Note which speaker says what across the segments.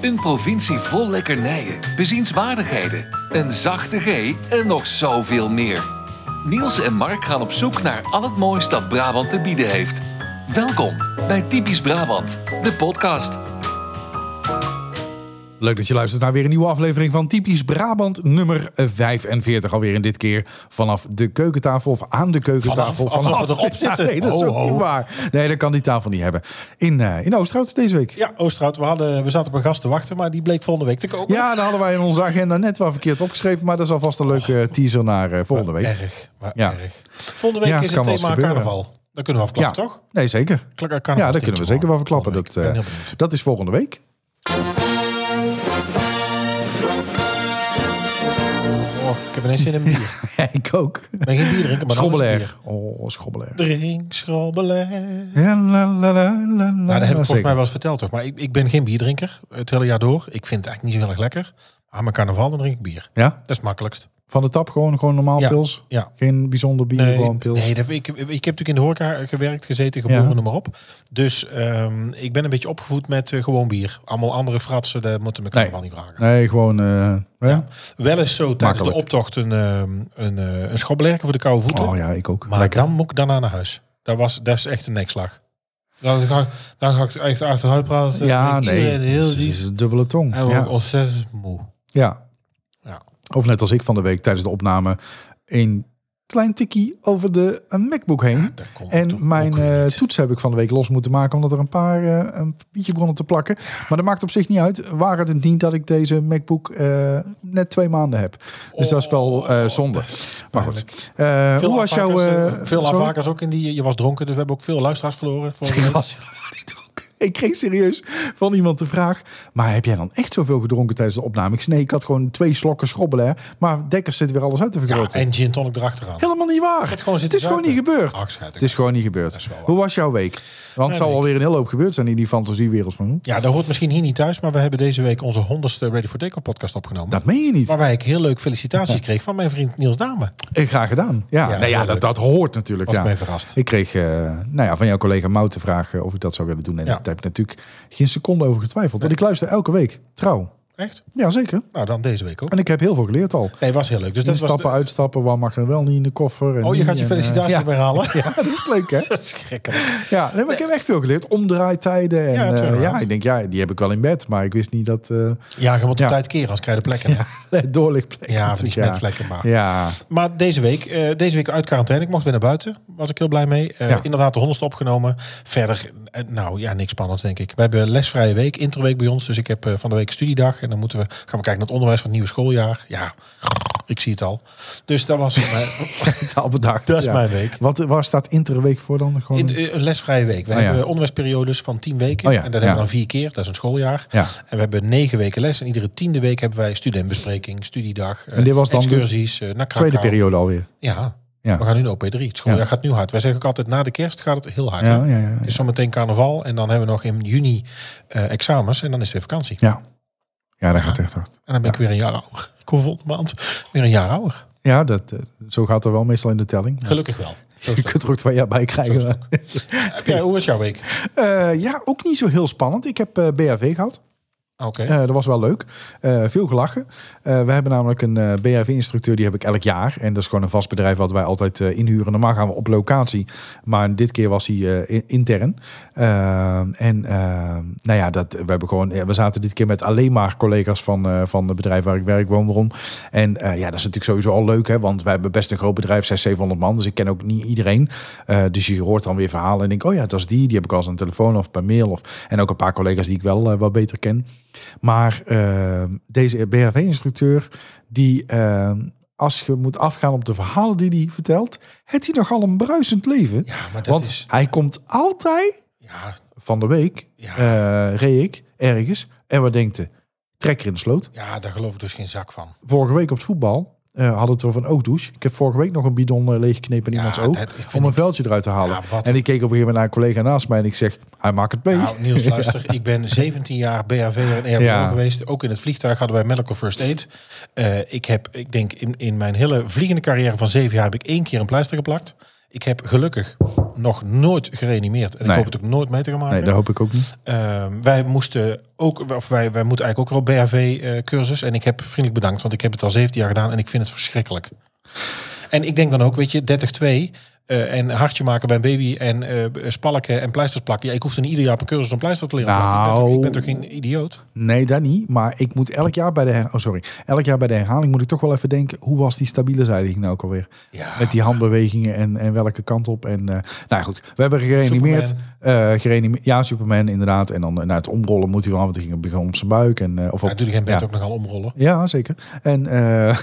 Speaker 1: Een provincie vol lekkernijen, bezienswaardigheden, een zachte G en nog zoveel meer. Niels en Mark gaan op zoek naar al het moois dat Brabant te bieden heeft. Welkom bij Typisch Brabant, de podcast.
Speaker 2: Leuk dat je luistert naar weer een nieuwe aflevering van Typisch Brabant nummer 45. Alweer in dit keer vanaf de keukentafel of aan de keukentafel.
Speaker 3: Vanaf, alsof we erop
Speaker 2: Ja,
Speaker 3: zitten.
Speaker 2: nee, dat is
Speaker 3: Ho,
Speaker 2: ook niet
Speaker 3: ho.
Speaker 2: waar. Nee, dat kan die tafel niet hebben. In, eh in Oosterhout deze week.
Speaker 3: Ja, Oosterhout, we, hadden, we zaten op een gast te wachten, maar die bleek volgende week te komen.
Speaker 2: Ja, daar hadden wij in onze agenda net wel verkeerd opgeschreven. Maar dat is alvast een leuke teaser naar eh, volgende week.
Speaker 3: Erg, maar
Speaker 2: Ja.
Speaker 3: erg. Volgende week
Speaker 2: Ja,
Speaker 3: is
Speaker 2: kan
Speaker 3: het
Speaker 2: wel eens
Speaker 3: thema
Speaker 2: gebeuren.
Speaker 3: carnaval. Dat kunnen we afklappen, toch?
Speaker 2: nee zeker.
Speaker 3: Kla- eh,
Speaker 2: Ja,
Speaker 3: carnaval
Speaker 2: dat
Speaker 3: steentje
Speaker 2: kunnen we zeker wel
Speaker 3: gewoon.
Speaker 2: verklappen. Dat,
Speaker 3: Volgende
Speaker 2: eh,
Speaker 3: week. Ik ben
Speaker 2: dat is volgende week.
Speaker 3: heel benieuwd.
Speaker 2: eh,
Speaker 3: Oh, ik heb ineens zin in een bier.
Speaker 2: ik ook.
Speaker 3: Ik ben geen bier drinken, maar dan is
Speaker 2: Schobbeler. Oh, schobbeler.
Speaker 3: het bier. Drink, schrobbelair. Nou,
Speaker 2: Ja, la, la, la, la,
Speaker 3: dat heb ik volgens
Speaker 2: zeker.
Speaker 3: mij wel eens verteld, toch? Maar ik, ik ben geen bierdrinker het hele jaar door. Ik vind het eigenlijk niet zo heel erg lekker. Aan mijn carnaval, dan drink ik bier.
Speaker 2: Ja,
Speaker 3: Dat is het makkelijkst.
Speaker 2: van de tap gewoon, gewoon normaal
Speaker 3: Ja.
Speaker 2: pils.
Speaker 3: Ja.
Speaker 2: Geen bijzonder bier, gewoon pils.
Speaker 3: Nee, dat, ik, ik heb natuurlijk in de horeca gewerkt, gezeten, geboren,
Speaker 2: Ja.
Speaker 3: noem maar op. Dus ehm, ik ben een beetje opgevoed met eh, gewoon bier. Allemaal andere fratsen, dat moeten we elkaar
Speaker 2: Nee.
Speaker 3: wel niet vragen.
Speaker 2: Nee, gewoon. eh, ja.
Speaker 3: Wel eens zo tijdens de
Speaker 2: Makkelijk.
Speaker 3: optocht een, ehm, een, eh, een schobbelerken voor de koude voeten.
Speaker 2: Oh ja, ik ook.
Speaker 3: Maar
Speaker 2: Lekker.
Speaker 3: dan moet ik daarna naar huis. Dat, was, dat is echt een nekslag. Dan ga, ik- dan ga ik echt achteruit praten.
Speaker 2: Ja,
Speaker 3: Ik-
Speaker 2: nee.
Speaker 3: iedereen Heel
Speaker 2: Het is-
Speaker 3: diep.
Speaker 2: is een dubbele tong.
Speaker 3: En we
Speaker 2: Ja.
Speaker 3: ontzettend moe.
Speaker 2: ja.
Speaker 3: Ja.
Speaker 2: Of net als ik van de week tijdens de opname. Een klein tikkie over de een MacBook heen.
Speaker 3: Daar komt het ook-
Speaker 2: En mijn
Speaker 3: ook weer
Speaker 2: eh,
Speaker 3: niet.
Speaker 2: toets heb ik van de week los moeten maken. Omdat er een paar eh, een pietje begonnen te plakken. Maar dat maakt op zich niet uit. Waar het niet dat ik deze MacBook eh, net twee maanden heb. Dus
Speaker 3: Oh,
Speaker 2: dat is wel eh, zonde. Maar goed. Eh,
Speaker 3: Veel
Speaker 2: hoe was jouw...
Speaker 3: afhakers,
Speaker 2: eh,
Speaker 3: eh, veel
Speaker 2: sorry?
Speaker 3: afhakers ook in die... Je was dronken, dus we hebben ook veel luisteraars verloren. vorige
Speaker 2: Dus Ik
Speaker 3: week.
Speaker 2: was helemaal niet dronken. Ik kreeg serieus van iemand de vraag... maar heb jij dan echt zoveel gedronken tijdens de opname? Ik zei, nee, ik had gewoon twee slokken schrobbelen. Maar Dekkers zit weer alles uit te
Speaker 3: Ja,
Speaker 2: vergroten.
Speaker 3: en gin tonic erachteraan.
Speaker 2: Helemaal niet waar.
Speaker 3: Het gewoon
Speaker 2: het
Speaker 3: zitten
Speaker 2: is gewoon niet
Speaker 3: zuipen.
Speaker 2: gebeurd.
Speaker 3: Ach, schat,
Speaker 2: het
Speaker 3: ik
Speaker 2: is
Speaker 3: weet.
Speaker 2: gewoon niet gebeurd.
Speaker 3: Dat is wel waar.
Speaker 2: Hoe was jouw week? Want het zal
Speaker 3: week.
Speaker 2: alweer een hele hoop gebeurd zijn in die fantasiewereld van...
Speaker 3: Ja, dat hoort misschien hier niet thuis, maar we hebben deze week onze honderdste Ready for Takeoff podcast opgenomen.
Speaker 2: Dat meen je niet.
Speaker 3: Waarbij ik heel leuk felicitaties kreeg van mijn vriend Niels Dame.
Speaker 2: Ik graag gedaan. Ja,
Speaker 3: Ja,
Speaker 2: nou ja
Speaker 3: heel
Speaker 2: dat,
Speaker 3: leuk.
Speaker 2: dat hoort natuurlijk.
Speaker 3: Was
Speaker 2: ja.
Speaker 3: ik mij verrast.
Speaker 2: Ik kreeg eh, nou ja, van jouw collega Mout de vraag eh, of ik dat zou willen doen. En
Speaker 3: Ja.
Speaker 2: daar heb ik natuurlijk geen seconde over getwijfeld. Want ik luister elke week. Trouw.
Speaker 3: Echt?
Speaker 2: Ja, zeker.
Speaker 3: Nou, dan deze week ook.
Speaker 2: En ik heb heel veel geleerd al.
Speaker 3: Nee, was heel leuk. Dus dat was
Speaker 2: Instappen, uitstappen, wat mag er wel niet in de koffer. En
Speaker 3: Oh, je
Speaker 2: niet
Speaker 3: gaat je
Speaker 2: en, eh,
Speaker 3: felicitaties
Speaker 2: ja.
Speaker 3: erbij halen?
Speaker 2: Ja, dat is leuk hè?
Speaker 3: Schrikkelijk.
Speaker 2: Ja, nee, maar ik heb echt veel geleerd. Omdraaitijden. En,
Speaker 3: Ja,
Speaker 2: ja,
Speaker 3: turnaround.
Speaker 2: ja, ik denk, ja, die heb ik wel in bed. Maar ik wist niet dat eh
Speaker 3: Ja, je moet op
Speaker 2: Ja.
Speaker 3: tijd keren, als krijg je de plekken. hè?
Speaker 2: doorlichtplekken.
Speaker 3: Ja, van die
Speaker 2: natuurlijk, ja.
Speaker 3: smetvlekken maar.
Speaker 2: Ja,
Speaker 3: Maar deze week, eh, deze week uit quarantaine. Ik mocht weer naar buiten. Was ik heel blij mee. Eh,
Speaker 2: Ja.
Speaker 3: Inderdaad, de honderdste opgenomen. Verder, eh, nou ja, niks spannends denk ik. We hebben lesvrije week, interweek bij ons. Dus ik heb eh, van de week studiedag. En dan moeten we, gaan we kijken naar het onderwijs van het nieuwe schooljaar. Ja, ik zie het al. Dus dat was eh,
Speaker 2: al bedacht.
Speaker 3: Dat is
Speaker 2: ja.
Speaker 3: mijn week.
Speaker 2: Wat, waar staat interweek voor dan? Gewoon...
Speaker 3: in, eh, een lesvrije week. We
Speaker 2: Oh, ja.
Speaker 3: hebben onderwijsperiodes van tien weken.
Speaker 2: Oh, ja,
Speaker 3: En dat
Speaker 2: ja.
Speaker 3: hebben we dan vier keer. Dat is een schooljaar.
Speaker 2: Ja.
Speaker 3: En we hebben negen weken les. En iedere tiende week hebben wij studentbespreking, studiedag, eh,
Speaker 2: En dit was dan de
Speaker 3: excursies, eh, naar
Speaker 2: Tweede
Speaker 3: Krakau.
Speaker 2: periode alweer.
Speaker 3: Ja,
Speaker 2: Ja.
Speaker 3: we gaan nu naar OP3. Het schooljaar
Speaker 2: Ja.
Speaker 3: gaat nu hard. Wij zeggen ook altijd, na de kerst gaat het heel hard.
Speaker 2: Ja,
Speaker 3: hè?
Speaker 2: ja, ja, ja.
Speaker 3: Het is zometeen carnaval en dan hebben we nog in juni eh, examens en dan is het weer vakantie.
Speaker 2: Ja, ja dat gaat echt hard.
Speaker 3: En dan ben ik weer een jaar ouder. Ik word volgende maand weer een jaar ouder.
Speaker 2: Ja, dat, eh, zo gaat er wel meestal in de telling. Maar
Speaker 3: Gelukkig wel. Zo is
Speaker 2: Je
Speaker 3: het ook.
Speaker 2: kunt er ook twee jaar bij krijgen.
Speaker 3: Zo is het
Speaker 2: maar-
Speaker 3: Heb jij, hoe was jouw week?
Speaker 2: Eh, ja, ook niet zo heel spannend. Ik heb eh BHV gehad.
Speaker 3: Ah, Oké.
Speaker 2: Eh, dat was wel leuk. Eh, veel gelachen. Eh, we hebben namelijk een eh BHV-instructeur, die heb ik elk jaar. En dat is gewoon een vast bedrijf wat wij altijd eh, inhuren. Normaal gaan we op locatie, maar dit keer was hij eh, in- intern. Eh, en eh, nou ja, dat, we, hebben gewoon, ja, we zaten dit keer met alleen maar collega's van, eh, van het bedrijf waar ik werk, Woonbron. En eh, ja, dat is natuurlijk sowieso al leuk, hè, want wij hebben best een groot bedrijf, 600, 700 man. Dus ik ken ook niet iedereen. Eh, dus je hoort dan weer verhalen en denkt, oh ja, dat is die. Die heb ik al eens aan de telefoon of per mail. Of, en ook een paar collega's die ik wel eh, wat beter ken. Maar eh, deze BHV-instructeur, die eh, als je moet afgaan op de verhalen die hij vertelt, heeft hij nogal een bruisend leven.
Speaker 3: Ja, maar dat
Speaker 2: Want
Speaker 3: is...
Speaker 2: hij komt altijd
Speaker 3: Ja,
Speaker 2: van de week,
Speaker 3: Ja.
Speaker 2: eh reed ik ergens, en wat denkt hij? Trekker in de sloot.
Speaker 3: ja, daar geloof ik dus geen zak van.
Speaker 2: Vorige week op het voetbal eh, hadden we het over een oogdouche. Ik heb vorige week nog een bidon eh, leeggeknepen in
Speaker 3: Ja,
Speaker 2: iemands oog
Speaker 3: dat- ik vind
Speaker 2: om een
Speaker 3: ik-
Speaker 2: vuiltje eruit te halen.
Speaker 3: Ja, wat-
Speaker 2: en ik keek op een gegeven moment naar een collega naast mij en ik zeg, hij maakt het mee.
Speaker 3: Nou, Niels, luister. Ik ben 17 jaar BHV en RBO
Speaker 2: Ja.
Speaker 3: geweest. Ook in het vliegtuig hadden wij medical first aid. Eh, ik heb, ik denk in, in mijn hele vliegende carrière van zeven jaar... heb ik één keer een pleister geplakt. Ik heb gelukkig nog nooit gereanimeerd. En
Speaker 2: Nee.
Speaker 3: ik hoop het ook nooit mee te gaan maken.
Speaker 2: Nee, dat hoop ik ook niet.
Speaker 3: Ehm, wij moesten ook, of wij, wij moeten eigenlijk ook wel op BHV-cursus. eh, en ik heb vriendelijk bedankt, want ik heb het al 17 jaar gedaan en ik vind het verschrikkelijk. En ik denk dan ook, weet je, 30-2 eh, en hartje maken bij een baby en eh spalken en pleisters plakken. Ja, ik hoef dan ieder jaar op een cursus een pleister te leren plakken. Ik ben,
Speaker 2: Nou,
Speaker 3: toch, ik ben toch geen idioot?
Speaker 2: Nee, dat niet. Maar ik moet elk jaar bij de, her- oh, sorry. Elk jaar bij de herhaling moet ik toch wel even denken... hoe was die stabiele zijdiging nou ook alweer?
Speaker 3: Ja.
Speaker 2: Met die handbewegingen en, en welke kant op. En, eh, nou goed, we hebben gereanimeerd. Eh gereanime- ja, Superman inderdaad. En dan eh, na het omrollen moet hij wel, want hij ging begon op zijn buik. En, eh, of op,
Speaker 3: Hij doet geen bed
Speaker 2: ja.
Speaker 3: ook nogal omrollen.
Speaker 2: Ja, zeker. En eh,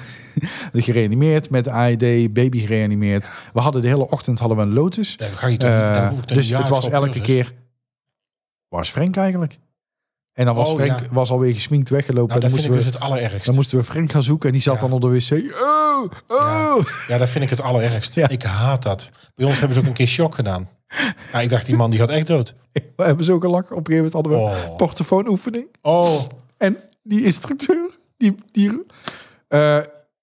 Speaker 2: gereanimeerd met AED, baby gereanimeerd. We hadden de hele ochtend hadden we een Lotus.
Speaker 3: Daar ga je toch, niet- daar
Speaker 2: Eh,
Speaker 3: hoef ik toch
Speaker 2: dus
Speaker 3: niet
Speaker 2: het
Speaker 3: jaarlijks
Speaker 2: was
Speaker 3: op
Speaker 2: elke
Speaker 3: cursus? Nou,
Speaker 2: keer... Waar is Frank eigenlijk? En dan was
Speaker 3: Oh,
Speaker 2: Frank
Speaker 3: ja.
Speaker 2: was alweer gesminkt weggelopen.
Speaker 3: Nou,
Speaker 2: en dan
Speaker 3: dat vind
Speaker 2: moesten
Speaker 3: ik dus
Speaker 2: we,
Speaker 3: het allerergst.
Speaker 2: dan moesten we Frank gaan zoeken en die zat
Speaker 3: Ja.
Speaker 2: dan op de wc. Oh, oh.
Speaker 3: Ja, dat vind ik het allerergst.
Speaker 2: Ja.
Speaker 3: Ik haat dat. Bij ons hebben ze ook een keer shock gedaan. Ja, ik dacht, die man die gaat echt dood.
Speaker 2: We hebben zo gelachen. Op een gegeven moment hadden we
Speaker 3: Oh.
Speaker 2: een portofoonoefening.
Speaker 3: Oh,
Speaker 2: En die instructeur, die... die eh,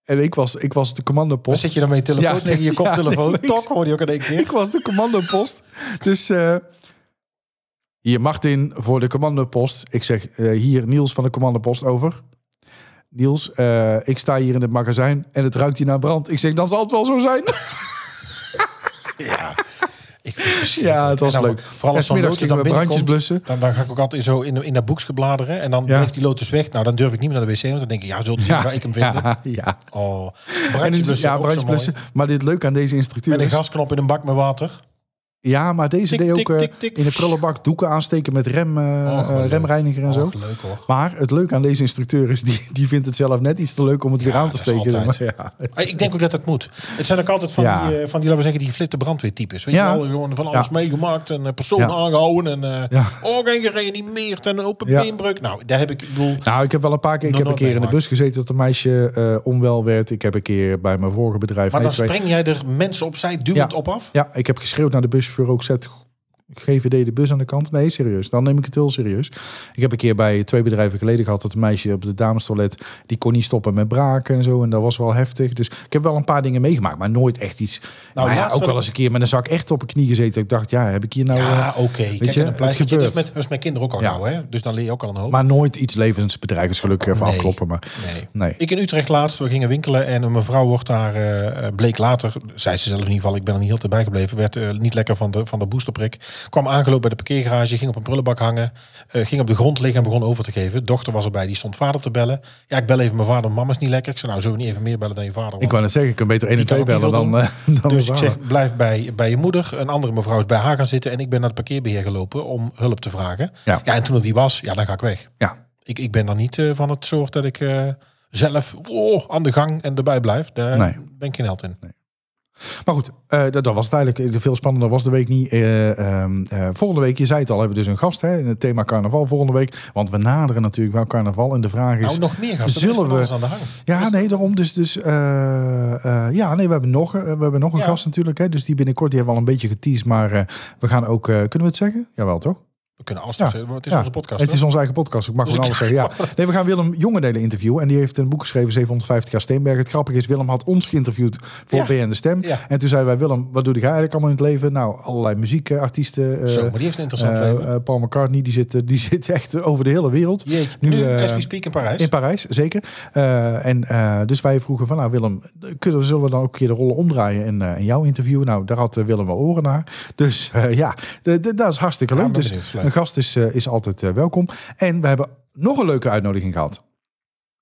Speaker 2: en ik was, ik was de
Speaker 3: Waar
Speaker 2: commandopost.
Speaker 3: zit je dan met je telefoon
Speaker 2: Ja,
Speaker 3: tegen je
Speaker 2: ja,
Speaker 3: koptelefoon?
Speaker 2: nee,
Speaker 3: Tok hoor je ook in één keer.
Speaker 2: Ik was de commandopost. Dus eh hier Martin voor de commandopost. Ik zeg eh, hier Niels van de commandopost over. Niels, eh, ik sta hier in het magazijn en het ruikt hier naar brand. Ik zeg, dan zal het wel zo zijn.
Speaker 3: Ja, ik vind het verschrikkelijk.
Speaker 2: Ja, het was
Speaker 3: En dan
Speaker 2: leuk.
Speaker 3: Vooral als
Speaker 2: En
Speaker 3: zo'n
Speaker 2: smiddags
Speaker 3: lotus
Speaker 2: gingen
Speaker 3: dan
Speaker 2: we brandjes
Speaker 3: binnenkomt,
Speaker 2: blussen.
Speaker 3: dan, dan ga ik ook altijd zo in, in dat boekje bladeren. En dan
Speaker 2: Ja.
Speaker 3: heeft die lotus weg. Nou, dan durf ik niet meer naar de wc. Want dan denk ik, ja, zult u zien waar ik hem vind.
Speaker 2: Ja, ja.
Speaker 3: Oh,
Speaker 2: En
Speaker 3: brandjes
Speaker 2: in-
Speaker 3: blussen,
Speaker 2: ja,
Speaker 3: ook zo
Speaker 2: brandjes
Speaker 3: mooi.
Speaker 2: blussen. Maar dit leuk aan deze
Speaker 3: Met een
Speaker 2: instructeur is...
Speaker 3: gasknop in een bak met water.
Speaker 2: Ja, maar deze
Speaker 3: Tik,
Speaker 2: deed
Speaker 3: tik,
Speaker 2: ook eh,
Speaker 3: tik, tik.
Speaker 2: in de prullenbak doeken aansteken met rem, eh,
Speaker 3: Oh,
Speaker 2: eh,
Speaker 3: leuk.
Speaker 2: remreiniger en
Speaker 3: Oh,
Speaker 2: zo.
Speaker 3: Leuk hoor.
Speaker 2: Maar het leuke aan deze instructeur is, die, die vindt het zelf net iets te leuk om het weer aan te
Speaker 3: dat is
Speaker 2: steken.
Speaker 3: altijd.
Speaker 2: Ja.
Speaker 3: Ah, Ik denk ook dat dat moet. Het zijn ook altijd van
Speaker 2: Ja.
Speaker 3: die, eh, van die laten we zeggen, die geflitte brandweertypes. Weet
Speaker 2: Ja.
Speaker 3: je wel, gewoon van alles
Speaker 2: Ja.
Speaker 3: meegemaakt en eh, persoon
Speaker 2: Ja.
Speaker 3: aangehouden en eh
Speaker 2: Ja.
Speaker 3: orgaan gereanimeerd en open
Speaker 2: Ja.
Speaker 3: beenbreuk. Nou, daar heb ik, ik bedoel,
Speaker 2: Nou, ik heb wel een paar keer. Ik
Speaker 3: Nog
Speaker 2: heb een
Speaker 3: nooit
Speaker 2: keer in de bus gezeten
Speaker 3: meegemaakt.
Speaker 2: dat een meisje eh, onwel werd. Ik heb een keer bij mijn vorige bedrijf.
Speaker 3: maar
Speaker 2: nee,
Speaker 3: dan
Speaker 2: twee-
Speaker 3: spring jij er mensen opzij duwend
Speaker 2: Ja.
Speaker 3: op af.
Speaker 2: Ja, ik heb geschreeuwd naar de buschauffeur ook zet GVD de bus aan de kant. Nee, serieus. Dan neem ik het heel serieus. Ik heb een keer bij twee bedrijven geleden gehad dat een meisje op de damestoilet die kon niet stoppen met braken en zo. En dat was wel heftig. Dus ik heb wel een paar dingen meegemaakt, maar nooit echt iets. Nou, ja,
Speaker 3: laatst
Speaker 2: ook
Speaker 3: wel-
Speaker 2: wel eens een keer met een zak echt op een knie gezeten. Ik dacht, ja, heb ik hier nou?
Speaker 3: Ja,
Speaker 2: eh,
Speaker 3: Ah, oké. Kijk,
Speaker 2: je,
Speaker 3: en een
Speaker 2: het
Speaker 3: pleistertje, dat is,
Speaker 2: gebeurt.
Speaker 3: met, dat is mijn kinderen ook al
Speaker 2: Ja.
Speaker 3: gauw, hè? Dus dan leer je ook al een hoop.
Speaker 2: maar nooit iets levensbedreigends gelukkig even
Speaker 3: Nee.
Speaker 2: afkloppen. Maar
Speaker 3: Nee.
Speaker 2: nee.
Speaker 3: Ik in Utrecht laatst, we gingen winkelen en een mevrouw wordt daar, eh, eh, bleek later, zei ze zelf in ieder geval, ik ben er niet heel te bij gebleven, werd eh, niet lekker van de, van de boosterprik. Kwam aangelopen bij de parkeergarage, ging op een prullenbak hangen, eh, ging op de grond liggen en begon over te geven. Dochter was erbij, die stond vader te bellen. Ja, ik bel even mijn vader, mama is niet lekker. Ik zei, nou, zullen we niet even meer bellen dan je vader?
Speaker 2: Ik
Speaker 3: Want-
Speaker 2: wou net zeggen, ik kan beter 1 en
Speaker 3: Die
Speaker 2: 2
Speaker 3: kan ook
Speaker 2: bellen dan,
Speaker 3: niet
Speaker 2: eh, dan
Speaker 3: dus
Speaker 2: een
Speaker 3: ik
Speaker 2: vader.
Speaker 3: zeg, blijf bij, bij je moeder. Een andere mevrouw is bij haar gaan zitten en ik ben naar de parkeerbeheer gelopen om hulp te vragen.
Speaker 2: Ja.
Speaker 3: en toen er die was, ja, dan ga ik weg.
Speaker 2: Ja.
Speaker 3: Ik, ik ben dan niet eh, van het soort dat ik eh, zelf oh, aan de gang en erbij blijf. Daar
Speaker 2: Nee.
Speaker 3: ben ik geen held in.
Speaker 2: Maar goed, eh, dat, dat was het eigenlijk. Eh, Veel spannender was de week niet. Eh, ehm, eh, volgende week, je zei het al, hebben we dus een gast hè, in het thema carnaval volgende week. Want we naderen natuurlijk wel carnaval. En de vraag is...
Speaker 3: nou, nog meer gasten.
Speaker 2: zullen
Speaker 3: Zullen
Speaker 2: we-
Speaker 3: we aan de hang?
Speaker 2: ja, nee, daarom. Dus, dus eh, eh, ja, nee, we hebben nog, eh, we hebben nog een
Speaker 3: Ja.
Speaker 2: gast natuurlijk. Hè, dus die binnenkort, die hebben we al een beetje geteased. Maar eh, we gaan ook... eh, kunnen we het zeggen? Jawel, toch?
Speaker 3: We kunnen alles
Speaker 2: Ja.
Speaker 3: zeggen, want het is
Speaker 2: Ja.
Speaker 3: onze podcast.
Speaker 2: Het
Speaker 3: hè?
Speaker 2: is onze eigen podcast. Ik mag
Speaker 3: Dus
Speaker 2: gewoon
Speaker 3: ik-
Speaker 2: alles zeggen. Ja. Nee, we gaan Willem Jongendelen interviewen. En die heeft een boek geschreven, 750 jaar Steenberg. Het grappige is, Willem had ons geïnterviewd voor
Speaker 3: Ja.
Speaker 2: BN De Stem.
Speaker 3: Ja.
Speaker 2: En toen zeiden wij, Willem, wat doe jij eigenlijk allemaal in het leven? Nou, allerlei muziekartiesten. eh,
Speaker 3: Zo, maar die heeft een interessant
Speaker 2: eh,
Speaker 3: leven.
Speaker 2: eh, Paul McCartney, die zit, eh, die zit echt over de hele wereld.
Speaker 3: Jeetje. Nu,
Speaker 2: eh,
Speaker 3: as we speak in Parijs.
Speaker 2: in Parijs, zeker. Eh, en eh, dus wij vroegen van, nou Willem, kunnen, we- zullen we dan ook een keer de rollen omdraaien en, eh, en jouw interview? Nou, daar had eh, Willem wel oren naar. Dus eh, ja, de, de- dat is hartstikke
Speaker 3: Ja,
Speaker 2: leuk.
Speaker 3: ben
Speaker 2: dus
Speaker 3: benieuwd. Leuk.
Speaker 2: een gast is, eh, is altijd eh, welkom. En we hebben nog een leuke uitnodiging gehad.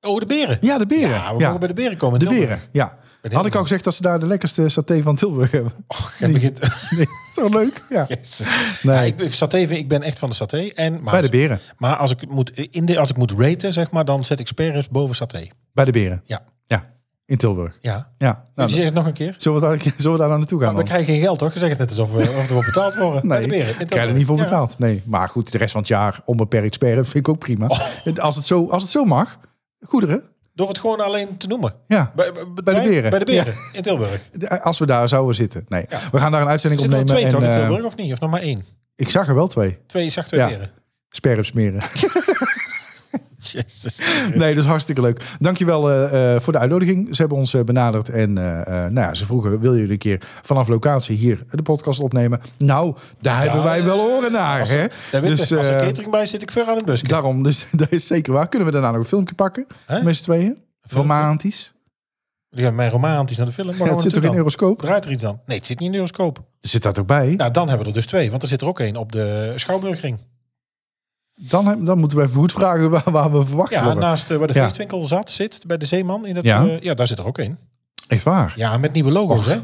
Speaker 3: Oh, de beren.
Speaker 2: Ja, de beren.
Speaker 3: Ja, we
Speaker 2: Ja.
Speaker 3: mogen bij de beren komen.
Speaker 2: De
Speaker 3: in Tilburg.
Speaker 2: beren, ja.
Speaker 3: Ben heel
Speaker 2: Had ik al
Speaker 3: benieuwd.
Speaker 2: gezegd dat ze daar de lekkerste saté van Tilburg hebben?
Speaker 3: Och, jij begint...
Speaker 2: Nee, zo leuk. Ja.
Speaker 3: Jezus.
Speaker 2: Nee.
Speaker 3: Ja, ik, ben- saté, vind- ik ben echt van de saté. En, maar
Speaker 2: Bij de beren.
Speaker 3: Maar als ik het moet, in de, als ik moet raten, zeg maar, dan zet ik Sperris boven Saté.
Speaker 2: Bij de beren.
Speaker 3: Ja.
Speaker 2: Ja, in Tilburg.
Speaker 3: Ja.
Speaker 2: Ja.
Speaker 3: Nou,
Speaker 2: Nou,
Speaker 3: zeg het nog een keer.
Speaker 2: zullen, we daar, zullen we daar naartoe gaan
Speaker 3: Maar we
Speaker 2: dan?
Speaker 3: krijgen geen geld, toch? Nou, Je zegt het net alsof we, of we voor betaald worden.
Speaker 2: Nee,
Speaker 3: Bij de beren. In
Speaker 2: ik krijg er
Speaker 3: Tilburg.
Speaker 2: niet voor
Speaker 3: Ja.
Speaker 2: betaald. Nee, maar goed, de rest van het jaar onbeperkt sperren vind ik ook prima.
Speaker 3: Oh.
Speaker 2: En Als, het zo, als het zo mag, goederen.
Speaker 3: Door het gewoon alleen te noemen.
Speaker 2: Ja,
Speaker 3: Bij, bij,
Speaker 2: beren.
Speaker 3: Bij de beren. In Tilburg.
Speaker 2: de- als we daar zouden zitten. Nee,
Speaker 3: Ja.
Speaker 2: we gaan daar een uitzending
Speaker 3: Zitten er
Speaker 2: opnemen.
Speaker 3: twee toch in
Speaker 2: en, eh,
Speaker 3: Tilburg of niet? Of nog maar één?
Speaker 2: ik zag er wel twee.
Speaker 3: Twee, je zag twee
Speaker 2: Ja.
Speaker 3: beren.
Speaker 2: Sperren smeren.
Speaker 3: Jezus.
Speaker 2: Nee, dat is hartstikke leuk. Dankjewel eh eh voor de uitnodiging. Ze hebben ons eh, benaderd en eh, eh, nou ja, ze vroegen... wil jullie een keer vanaf locatie hier de podcast opnemen? Nou, daar hebben wij wel oren naar.
Speaker 3: Als,
Speaker 2: hè?
Speaker 3: daar weet je, als er
Speaker 2: eh,
Speaker 3: catering bij is, zit ik ver aan het busje.
Speaker 2: daarom, dus, dat is zeker waar. Kunnen we daarna nog een filmpje pakken?
Speaker 3: Hè?
Speaker 2: Met z'n tweeën?
Speaker 3: filmpje?
Speaker 2: Romantisch?
Speaker 3: Ja, mijn romantisch naar de film. Maar
Speaker 2: Ja, het zit toch in Euroscope?
Speaker 3: Draait er iets dan? Nee, het zit niet in de Euroscoop.
Speaker 2: Zit dat ook bij?
Speaker 3: Nou, dan hebben we er dus twee. Want er zit er ook één op de Schouwburgring.
Speaker 2: Dan, heb- dan moeten we even goed vragen waar, waar we verwacht
Speaker 3: Ja,
Speaker 2: worden.
Speaker 3: naast eh, waar de
Speaker 2: Ja.
Speaker 3: feestwinkel zat, zit bij de Zeeman. In dat,
Speaker 2: Ja.
Speaker 3: ja. ja, daar zit er ook één.
Speaker 2: Echt waar?
Speaker 3: Ja, met nieuwe logo's,
Speaker 2: Och.
Speaker 3: hè?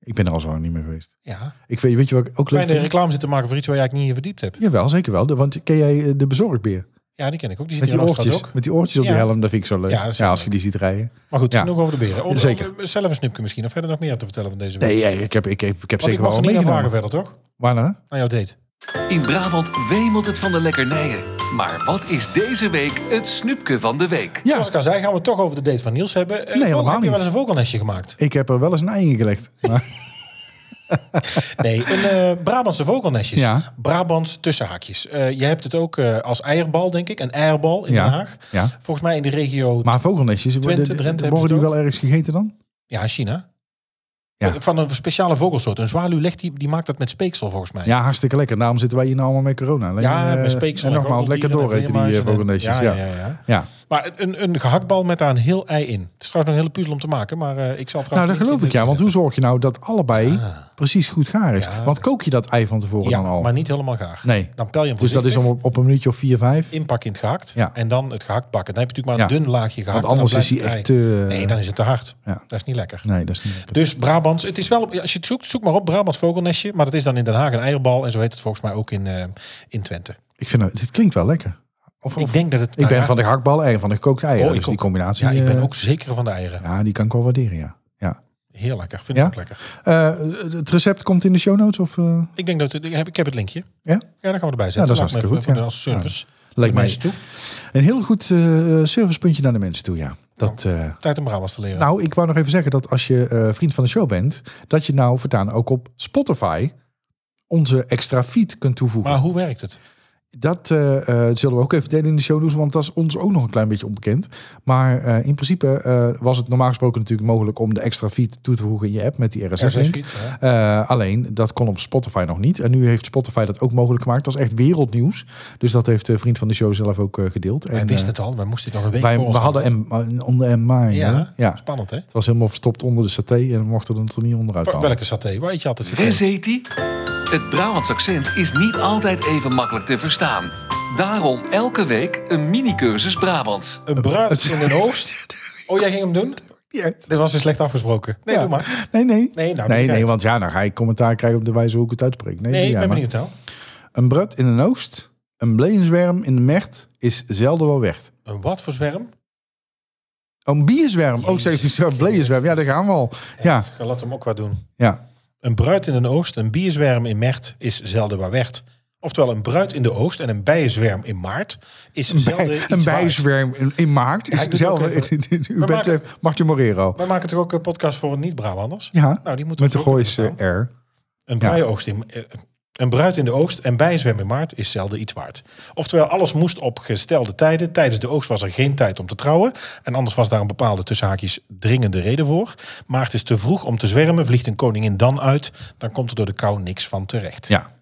Speaker 2: Ik ben er al zo lang niet meer geweest.
Speaker 3: Ja.
Speaker 2: Ik weet, weet je wat ik ook leuk
Speaker 3: Kleine
Speaker 2: vind?
Speaker 3: reclame zitten maken voor iets waar je eigenlijk niet in verdiept hebt.
Speaker 2: Jawel, zeker wel. De- Want ken jij eh, de bezorgbeer?
Speaker 3: Ja, die ken ik ook. Die zit
Speaker 2: Met
Speaker 3: hier
Speaker 2: die
Speaker 3: in Amsterdad
Speaker 2: oortjes.
Speaker 3: ook.
Speaker 2: Met die oortjes op die
Speaker 3: Ja.
Speaker 2: helm, dat vind ik zo leuk.
Speaker 3: Ja,
Speaker 2: Ja,
Speaker 3: dat is heel
Speaker 2: als je
Speaker 3: leuk.
Speaker 2: die ziet rijden.
Speaker 3: Maar goed,
Speaker 2: Ja.
Speaker 3: genoeg over de beren. Of,
Speaker 2: Zeker.
Speaker 3: of, eh, zelf een snoepje misschien. Of verder nog meer te vertellen van deze week.
Speaker 2: Nee, ja, ik heb, ik heb, ik heb
Speaker 3: Want
Speaker 2: zeker
Speaker 3: ik mag
Speaker 2: wel
Speaker 3: er niet aan vragen
Speaker 2: meegenomen.
Speaker 3: verder, toch?
Speaker 2: Waarna?
Speaker 3: Aan jouw date.
Speaker 1: In Brabant wemelt het van de lekkernijen. Maar wat is deze week het snoepje van de week?
Speaker 2: Ja.
Speaker 3: Zoals ik al zei, gaan we het toch over de date van Niels hebben. Eh, vogel,
Speaker 2: helemaal
Speaker 3: Heb je wel
Speaker 2: niet.
Speaker 3: eens een vogelnestje gemaakt?
Speaker 2: Ik heb er wel eens een ei in gelegd. Maar,
Speaker 3: Nee, een eh, Brabantse vogelnestjes.
Speaker 2: Ja.
Speaker 3: Brabants tussenhaakjes. Eh, je hebt het ook eh, als eierbal, denk ik. Een eierbal in
Speaker 2: Ja,
Speaker 3: Den Haag.
Speaker 2: ja.
Speaker 3: Volgens mij in de regio...
Speaker 2: maar vogelnestjes, worden-
Speaker 3: Drenthe hebben
Speaker 2: worden
Speaker 3: ze
Speaker 2: die
Speaker 3: het ook.
Speaker 2: wel ergens gegeten dan?
Speaker 3: Ja, China.
Speaker 2: Ja.
Speaker 3: Eh, Van een speciale vogelsoort. Een zwaluw legt die, die maakt dat met speeksel, volgens mij.
Speaker 2: Ja, hartstikke lekker. Daarom zitten wij hier nou allemaal met corona. Alleen,
Speaker 3: Ja,
Speaker 2: eh,
Speaker 3: met speeksel.
Speaker 2: En nogmaals, lekker
Speaker 3: gordeldieren
Speaker 2: dooreten
Speaker 3: en
Speaker 2: die eh,
Speaker 3: vleermuizen en-
Speaker 2: vogelnestjes. Ja, ja.
Speaker 3: Ja,
Speaker 2: Nou,
Speaker 3: ja, ja. Maar een, een gehaktbal met daar een heel ei in. Het is trouwens nog een hele puzzel om te maken, maar eh, ik zal het
Speaker 2: Nou, dat geloof ik ja. Want hoe zorg je nou dat allebei precies goed gaar is?
Speaker 3: Ah. Ja,
Speaker 2: want kook je dat ei van tevoren
Speaker 3: Ja,
Speaker 2: dan al?
Speaker 3: maar niet helemaal gaar.
Speaker 2: Nee.
Speaker 3: Dan pel je hem
Speaker 2: Dus dat is
Speaker 3: voorzichtig.
Speaker 2: om op, op een minuutje of vier, vijf.
Speaker 3: inpak in het gehakt.
Speaker 2: Ja.
Speaker 3: En dan het gehakt bakken. Dan heb je natuurlijk maar een
Speaker 2: Ja.
Speaker 3: dun laagje gehakt.
Speaker 2: Want anders
Speaker 3: en dan
Speaker 2: is hij
Speaker 3: blijft
Speaker 2: echt
Speaker 3: het ei.
Speaker 2: te...
Speaker 3: Nee, dan is het te hard.
Speaker 2: Ja.
Speaker 3: Dat is niet lekker.
Speaker 2: Nee, dat is niet lekker.
Speaker 3: Dus Brabants, het is wel, als je het zoekt, zoek maar op Brabants vogelnestje. Maar dat is dan in Den Haag een eierbal. En zo heet het volgens mij ook in, eh, in Twente.
Speaker 2: Ik vind het, dit klinkt wel lekker. Of, of-
Speaker 3: ik denk dat het...
Speaker 2: ik
Speaker 3: nou
Speaker 2: ben
Speaker 3: ja,
Speaker 2: van de gehaktbal en van de gekookt eieren.
Speaker 3: Oh, ik
Speaker 2: dus die
Speaker 3: ook.
Speaker 2: combinatie...
Speaker 3: Ja, ik ben
Speaker 2: eh,
Speaker 3: ook zeker van de eieren.
Speaker 2: Ja, die kan ik wel waarderen, ja. ja.
Speaker 3: Heel lekker. Vind
Speaker 2: Ja?
Speaker 3: ik ook lekker.
Speaker 2: Eh, het recept komt in de show notes of... eh,
Speaker 3: Ik denk dat... het- Ik heb, ik heb het linkje.
Speaker 2: ja?
Speaker 3: Ja, dan gaan we erbij zetten.
Speaker 2: Ja, dat is
Speaker 3: Laat
Speaker 2: hartstikke
Speaker 3: me even
Speaker 2: goed,
Speaker 3: Voor
Speaker 2: ja.
Speaker 3: de, als service.
Speaker 2: Lijkt
Speaker 3: De
Speaker 2: mij
Speaker 3: mensen toe.
Speaker 2: een heel goed eh, servicepuntje naar de mensen toe, ja. Dat... eh,
Speaker 3: Tijd om Brabants te leren.
Speaker 2: nou, ik wou nog even zeggen dat als je eh, vriend van de show bent, dat je nou voortaan ook op Spotify onze extra feed kunt toevoegen.
Speaker 3: maar hoe werkt het?
Speaker 2: Dat eh, eh, zullen we ook even delen in de show doen, want dat is ons ook nog een klein beetje onbekend. Maar eh, in principe eh, was het normaal gesproken natuurlijk mogelijk om de extra feed toe te voegen in je app met die RSS-link.
Speaker 3: RSS-feed, ja.
Speaker 2: Eh, alleen dat kon op Spotify nog niet. En nu heeft Spotify dat ook mogelijk gemaakt. Dat is echt wereldnieuws. Dus dat heeft de vriend van de show zelf ook eh, gedeeld.
Speaker 3: Wij
Speaker 2: en,
Speaker 3: wisten
Speaker 2: eh,
Speaker 3: het al. Wij moesten het nog een week
Speaker 2: wij,
Speaker 3: voor
Speaker 2: we
Speaker 3: ons
Speaker 2: hadden M, eh, onder M mine.
Speaker 3: Ja,
Speaker 2: hè? ja, het
Speaker 3: Spannend, hè?
Speaker 2: was helemaal verstopt onder de saté en we mochten er er niet onderuit halen.
Speaker 3: Welke saté? Waar eet je altijd saté?
Speaker 1: Wes heet die? Het Brabants accent is niet altijd even makkelijk te verstaan. Daarom elke week een mini-cursus Brabants.
Speaker 3: Een bruid in een oost. Oh, jij ging hem doen?
Speaker 2: Ja.
Speaker 3: Dit was weer slecht afgesproken. Nee,
Speaker 2: Ja.
Speaker 3: doe maar.
Speaker 2: Nee, nee.
Speaker 3: Nee, nou,
Speaker 2: nee,
Speaker 3: niet
Speaker 2: nee
Speaker 3: uit.
Speaker 2: want ja, dan ga ik commentaar krijgen op de wijze hoe ik het uitspreek. Nee,
Speaker 3: Nee,
Speaker 2: ja,
Speaker 3: ik ben
Speaker 2: maar-
Speaker 3: benieuwd nou.
Speaker 2: Een brut in een oost, een bleenzwerm in de mert is zelden wel werd.
Speaker 3: Een wat voor zwerm?
Speaker 2: Een bierzwerm, ook zegt hij zo, bleenzwerm. Ja, daar gaan we al. Ja,
Speaker 3: Echt, Dus Laat hem ook wat doen.
Speaker 2: ja.
Speaker 3: Een bruid in een oost, een bierzwerm in mert is zelden waar werd. Oftewel, een bruid in de oost en een bijenzwerm in maart is zelden iets
Speaker 2: Een
Speaker 3: waard.
Speaker 2: bijzwerm in, in maart
Speaker 3: Ja,
Speaker 2: is
Speaker 3: ik doe het ook
Speaker 2: zelden. U bent
Speaker 3: maken-
Speaker 2: even Martin Morero.
Speaker 3: Wij maken toch ook een podcast voor niet-Brabanders?
Speaker 2: Ja,
Speaker 3: Nou, die moeten
Speaker 2: met de
Speaker 3: we ook
Speaker 2: Gooise
Speaker 3: even
Speaker 2: R.
Speaker 3: Een,
Speaker 2: Ja.
Speaker 3: bruiooogst in, eh, een bruid in de oogst en bijzwem in maart is zelden iets waard. Oftewel, alles moest op gestelde tijden. Tijdens de oogst was er geen tijd om te trouwen. En anders was daar een bepaalde tussenhaakjes dringende reden voor. Maart is te vroeg om te zwermen. Vliegt een koningin dan uit, dan komt er door de kou niks van terecht.
Speaker 2: Ja.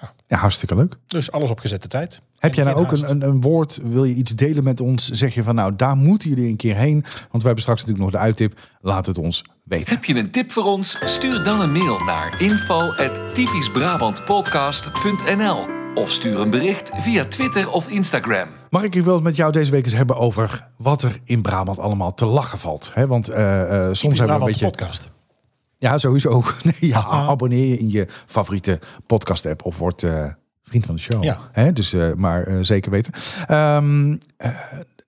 Speaker 3: Ja.
Speaker 2: ja, hartstikke leuk.
Speaker 3: Dus alles op gezette tijd.
Speaker 2: Heb jij
Speaker 3: En
Speaker 2: nou
Speaker 3: geen
Speaker 2: ook een,
Speaker 3: haast.
Speaker 2: een, een woord, wil je iets delen met ons? Zeg je van nou, daar moeten jullie een keer heen. Want we hebben straks natuurlijk nog de uittip. Laat het ons weten.
Speaker 1: Heb je een tip voor ons? Stuur dan een mail naar info.typischbrabantpodcast.nl of stuur een bericht via Twitter of Instagram.
Speaker 2: Mag ik hier wel met jou deze week eens hebben over wat er in Brabant allemaal te lachen valt? hè? want eh, eh, soms hebben we een
Speaker 3: Brabant
Speaker 2: beetje...
Speaker 3: podcast.
Speaker 2: Ja, sowieso. Nee, ja,
Speaker 3: Ah.
Speaker 2: Abonneer je in je favoriete podcast-app of word eh, vriend van de show.
Speaker 3: Ja.
Speaker 2: Hè? Dus, eh, maar eh, zeker weten. Ehm, eh,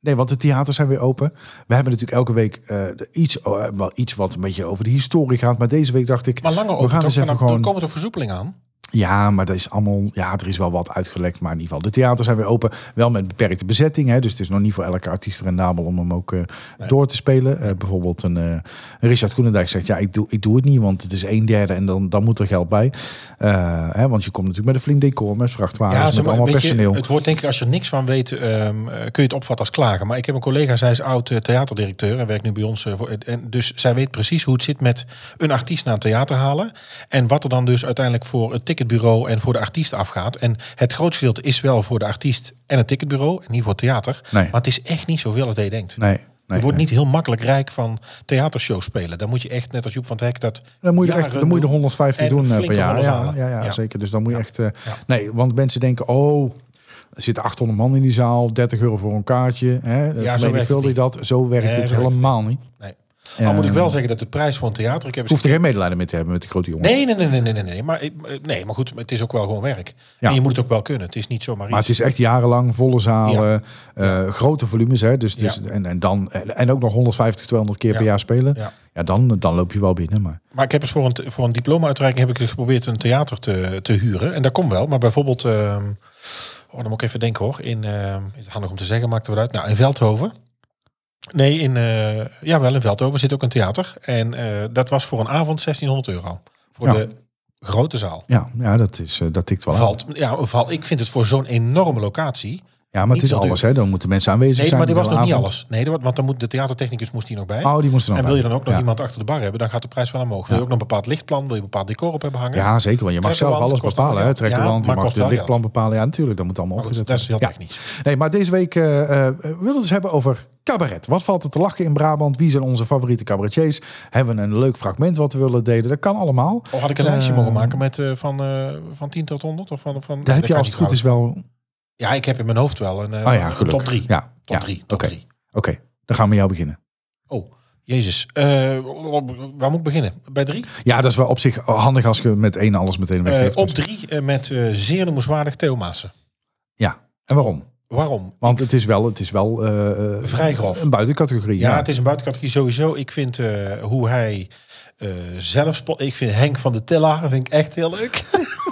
Speaker 2: nee, want de theaters zijn weer open. We hebben natuurlijk elke week eh, iets, eh, wel iets wat een beetje over de historie gaat. Maar deze week dacht ik,
Speaker 3: Maar langer
Speaker 2: we gaan
Speaker 3: ook. toch?
Speaker 2: eens even
Speaker 3: Vanaf- Er
Speaker 2: gewoon...
Speaker 3: komen toch versoepelingen aan?
Speaker 2: Ja, maar dat is allemaal, ja, er is wel wat uitgelekt. Maar in ieder geval, de theaters zijn weer open. Wel met beperkte bezetting. Hè, dus het is nog niet voor elke artiest rendabel om hem ook eh, door te spelen. Eh, bijvoorbeeld een eh, Richard Groenendijk zegt... ja, ik doe, ik doe het niet, want het is een derde en dan, dan moet er geld bij. Eh, hè, want je komt natuurlijk met een flink decor, met vrachtwagens,
Speaker 3: Ja,
Speaker 2: met
Speaker 3: zeg maar,
Speaker 2: allemaal
Speaker 3: weet je,
Speaker 2: personeel.
Speaker 3: het wordt denk ik, als je er niks van weet, ehm, eh, kun je het opvatten als klagen. Maar ik heb een collega, zij is oud eh, theaterdirecteur en werkt nu bij ons. eh, voor, en dus zij weet precies hoe het zit met een artiest naar een theater halen. En wat er dan dus uiteindelijk voor het ticketbureau en voor de artiest afgaat. En het grootste gedeelte is wel voor de artiest en het ticketbureau, en niet voor het theater.
Speaker 2: Nee.
Speaker 3: Maar het is echt niet zoveel als dat je denkt.
Speaker 2: nee, nee,
Speaker 3: je wordt
Speaker 2: nee.
Speaker 3: niet heel makkelijk rijk van theatershows spelen. Dan moet je echt, net als Joep van het Hek, dat
Speaker 2: Dan moet je er
Speaker 3: jaren
Speaker 2: echt, dan moet je er
Speaker 3: doen.
Speaker 2: 150
Speaker 3: en
Speaker 2: doen eh,
Speaker 3: flinke
Speaker 2: per jaar.
Speaker 3: volle
Speaker 2: Ja,
Speaker 3: zalen.
Speaker 2: ja, ja,
Speaker 3: Ja.
Speaker 2: zeker. Dus dan moet je echt. eh, Nee, want mensen denken, oh. Er zitten 800 man in die zaal, 30 euro voor een kaartje. Hè? Ja,
Speaker 3: werkt het
Speaker 2: zo
Speaker 3: niet.
Speaker 2: dat. Zo werkt
Speaker 3: Nee,
Speaker 2: het
Speaker 3: zo werkt het
Speaker 2: helemaal niet.
Speaker 3: Nee. Al moet ik
Speaker 2: Ehm,
Speaker 3: wel zeggen dat de prijs voor een theater... Ik heb
Speaker 2: Je
Speaker 3: eens
Speaker 2: hoeft er geen medelijden mee te hebben met de grote jongens.
Speaker 3: Nee, nee, nee, nee, nee, nee, nee. Maar, eh, nee, maar goed, het is ook wel gewoon werk.
Speaker 2: Ja.
Speaker 3: En je moet het ook wel kunnen. Het is niet zomaar iets.
Speaker 2: Maar het is echt jarenlang volle zalen, eh, grote volumes. Hè? Dus, dus,
Speaker 3: Ja.
Speaker 2: en, en, dan, en en ook nog 150, 200 keer
Speaker 3: Ja.
Speaker 2: per jaar spelen. Ja,
Speaker 3: Ja.
Speaker 2: dan, dan loop je wel binnen. Maar
Speaker 3: Maar ik heb eens voor een, voor een diploma-uitreiking heb ik dus geprobeerd een theater te, te huren. En dat kon wel. Maar bijvoorbeeld, ehm, oh, dan moet ik even denken hoor. In, ehm, is het handig om te zeggen, maakt het wel uit. Nou, in Veldhoven. Nee, in, eh, ja, wel in Veldhoven zit ook een theater. En eh, dat was voor een avond 1600 euro. Voor
Speaker 2: Ja.
Speaker 3: de grote zaal.
Speaker 2: ja, ja dat, is, eh, dat tikt wel aan.
Speaker 3: Valt, ja, val, ik vind het voor zo'n enorme locatie.
Speaker 2: Ja, maar het
Speaker 3: niet
Speaker 2: is
Speaker 3: zo duur.
Speaker 2: alles. Hè? Dan moeten mensen aanwezig
Speaker 3: Nee,
Speaker 2: Dus zijn.
Speaker 3: maar die
Speaker 2: de
Speaker 3: was nog
Speaker 2: hele
Speaker 3: niet
Speaker 2: avond.
Speaker 3: alles. Nee, dat- want dan moet de theatertechnicus moest die nog bij.
Speaker 2: Oh, die moesten nog
Speaker 3: En wil
Speaker 2: bij.
Speaker 3: je dan ook nog
Speaker 2: Ja.
Speaker 3: iemand achter de bar hebben, dan gaat de prijs wel omhoog. Wil je ook nog een bepaald lichtplan, wil je een bepaald decor op hebben hangen?
Speaker 2: Ja, zeker. Want je mag zelf
Speaker 3: Trekkerwand
Speaker 2: alles
Speaker 3: kost
Speaker 2: bepalen.
Speaker 3: allemaal
Speaker 2: hè.
Speaker 3: geld. Ja,
Speaker 2: Trekkerwand, je
Speaker 3: maar
Speaker 2: mag
Speaker 3: kost
Speaker 2: de
Speaker 3: wel
Speaker 2: lichtplan bepalen. Ja, natuurlijk. Dat moet allemaal
Speaker 3: Maar goed,
Speaker 2: opgezet
Speaker 3: dat is heel
Speaker 2: worden. Ja.
Speaker 3: technisch.
Speaker 2: Nee, maar deze week eh, eh, we willen het hebben over cabaret. Wat valt er te lachen in Brabant? Wie zijn onze favoriete cabaretiers? Hebben we een leuk fragment wat we willen delen? Dat kan allemaal.
Speaker 3: Of Oh, had ik een lijstje
Speaker 2: Eh,
Speaker 3: mogen maken met eh, van, eh, van 10 tot 100? Of van, van,
Speaker 2: Daar heb je
Speaker 3: kan
Speaker 2: als het
Speaker 3: niet
Speaker 2: goed is wel... Oh
Speaker 3: trouwens. Ja, ik heb in mijn hoofd wel een, eh,
Speaker 2: ja,
Speaker 3: een
Speaker 2: gelukkig.
Speaker 3: top 3.
Speaker 2: Ja,
Speaker 3: Top
Speaker 2: ja.
Speaker 3: 3.
Speaker 2: Oké, Oké, dan gaan we met jou beginnen.
Speaker 3: Oh, jezus. Eh, waar moet ik beginnen? Bij 3?
Speaker 2: Ja, dat is wel op zich handig als je met één alles meteen weggeeft.
Speaker 3: Eh, op 3 met eh, zeer noemenswaardig Theo Maassen.
Speaker 2: Ja, en waarom?
Speaker 3: Waarom?
Speaker 2: Want het is wel... Het is wel eh, eh,
Speaker 3: Vrij grof.
Speaker 2: Een buitencategorie.
Speaker 3: Ja,
Speaker 2: Ja,
Speaker 3: het is een buitencategorie sowieso. Ik vind eh, hoe hij eh, zelf... spo- Ik vind Henk van de Tilla vind ik echt heel leuk.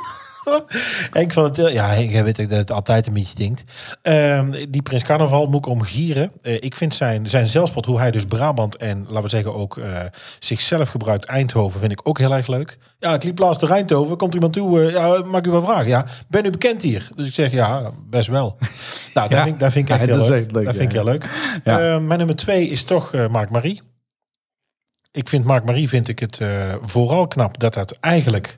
Speaker 3: Henk van de Tilla... Ja, Henk, jij weet dat het altijd een beetje stinkt. Ehm, die Prins Carnaval moet ik omgieren. Eh, ik vind zijn, zijn zelfspot, hoe hij dus Brabant en, laten we zeggen, ook eh, zichzelf gebruikt Eindhoven, vind ik ook heel erg leuk. Ja, ik liep laatst door Eindhoven. Komt iemand toe? eh, ja, mag ik u wel vragen? Ja, ben u bekend hier? Dus ik zeg, ja, best wel. Nou, daar
Speaker 2: Ja.
Speaker 3: vind, ik- daar vind ik
Speaker 2: Ja,
Speaker 3: echt
Speaker 2: dat
Speaker 3: heel
Speaker 2: is
Speaker 3: leuk.
Speaker 2: echt leuk,
Speaker 3: Dat
Speaker 2: ja,
Speaker 3: vind ik
Speaker 2: ja.
Speaker 3: heel leuk.
Speaker 2: Ja.
Speaker 3: Eh, mijn nummer twee is toch eh, Mark Marie. Ik vind Mark Marie vind ik het eh, vooral knap dat dat eigenlijk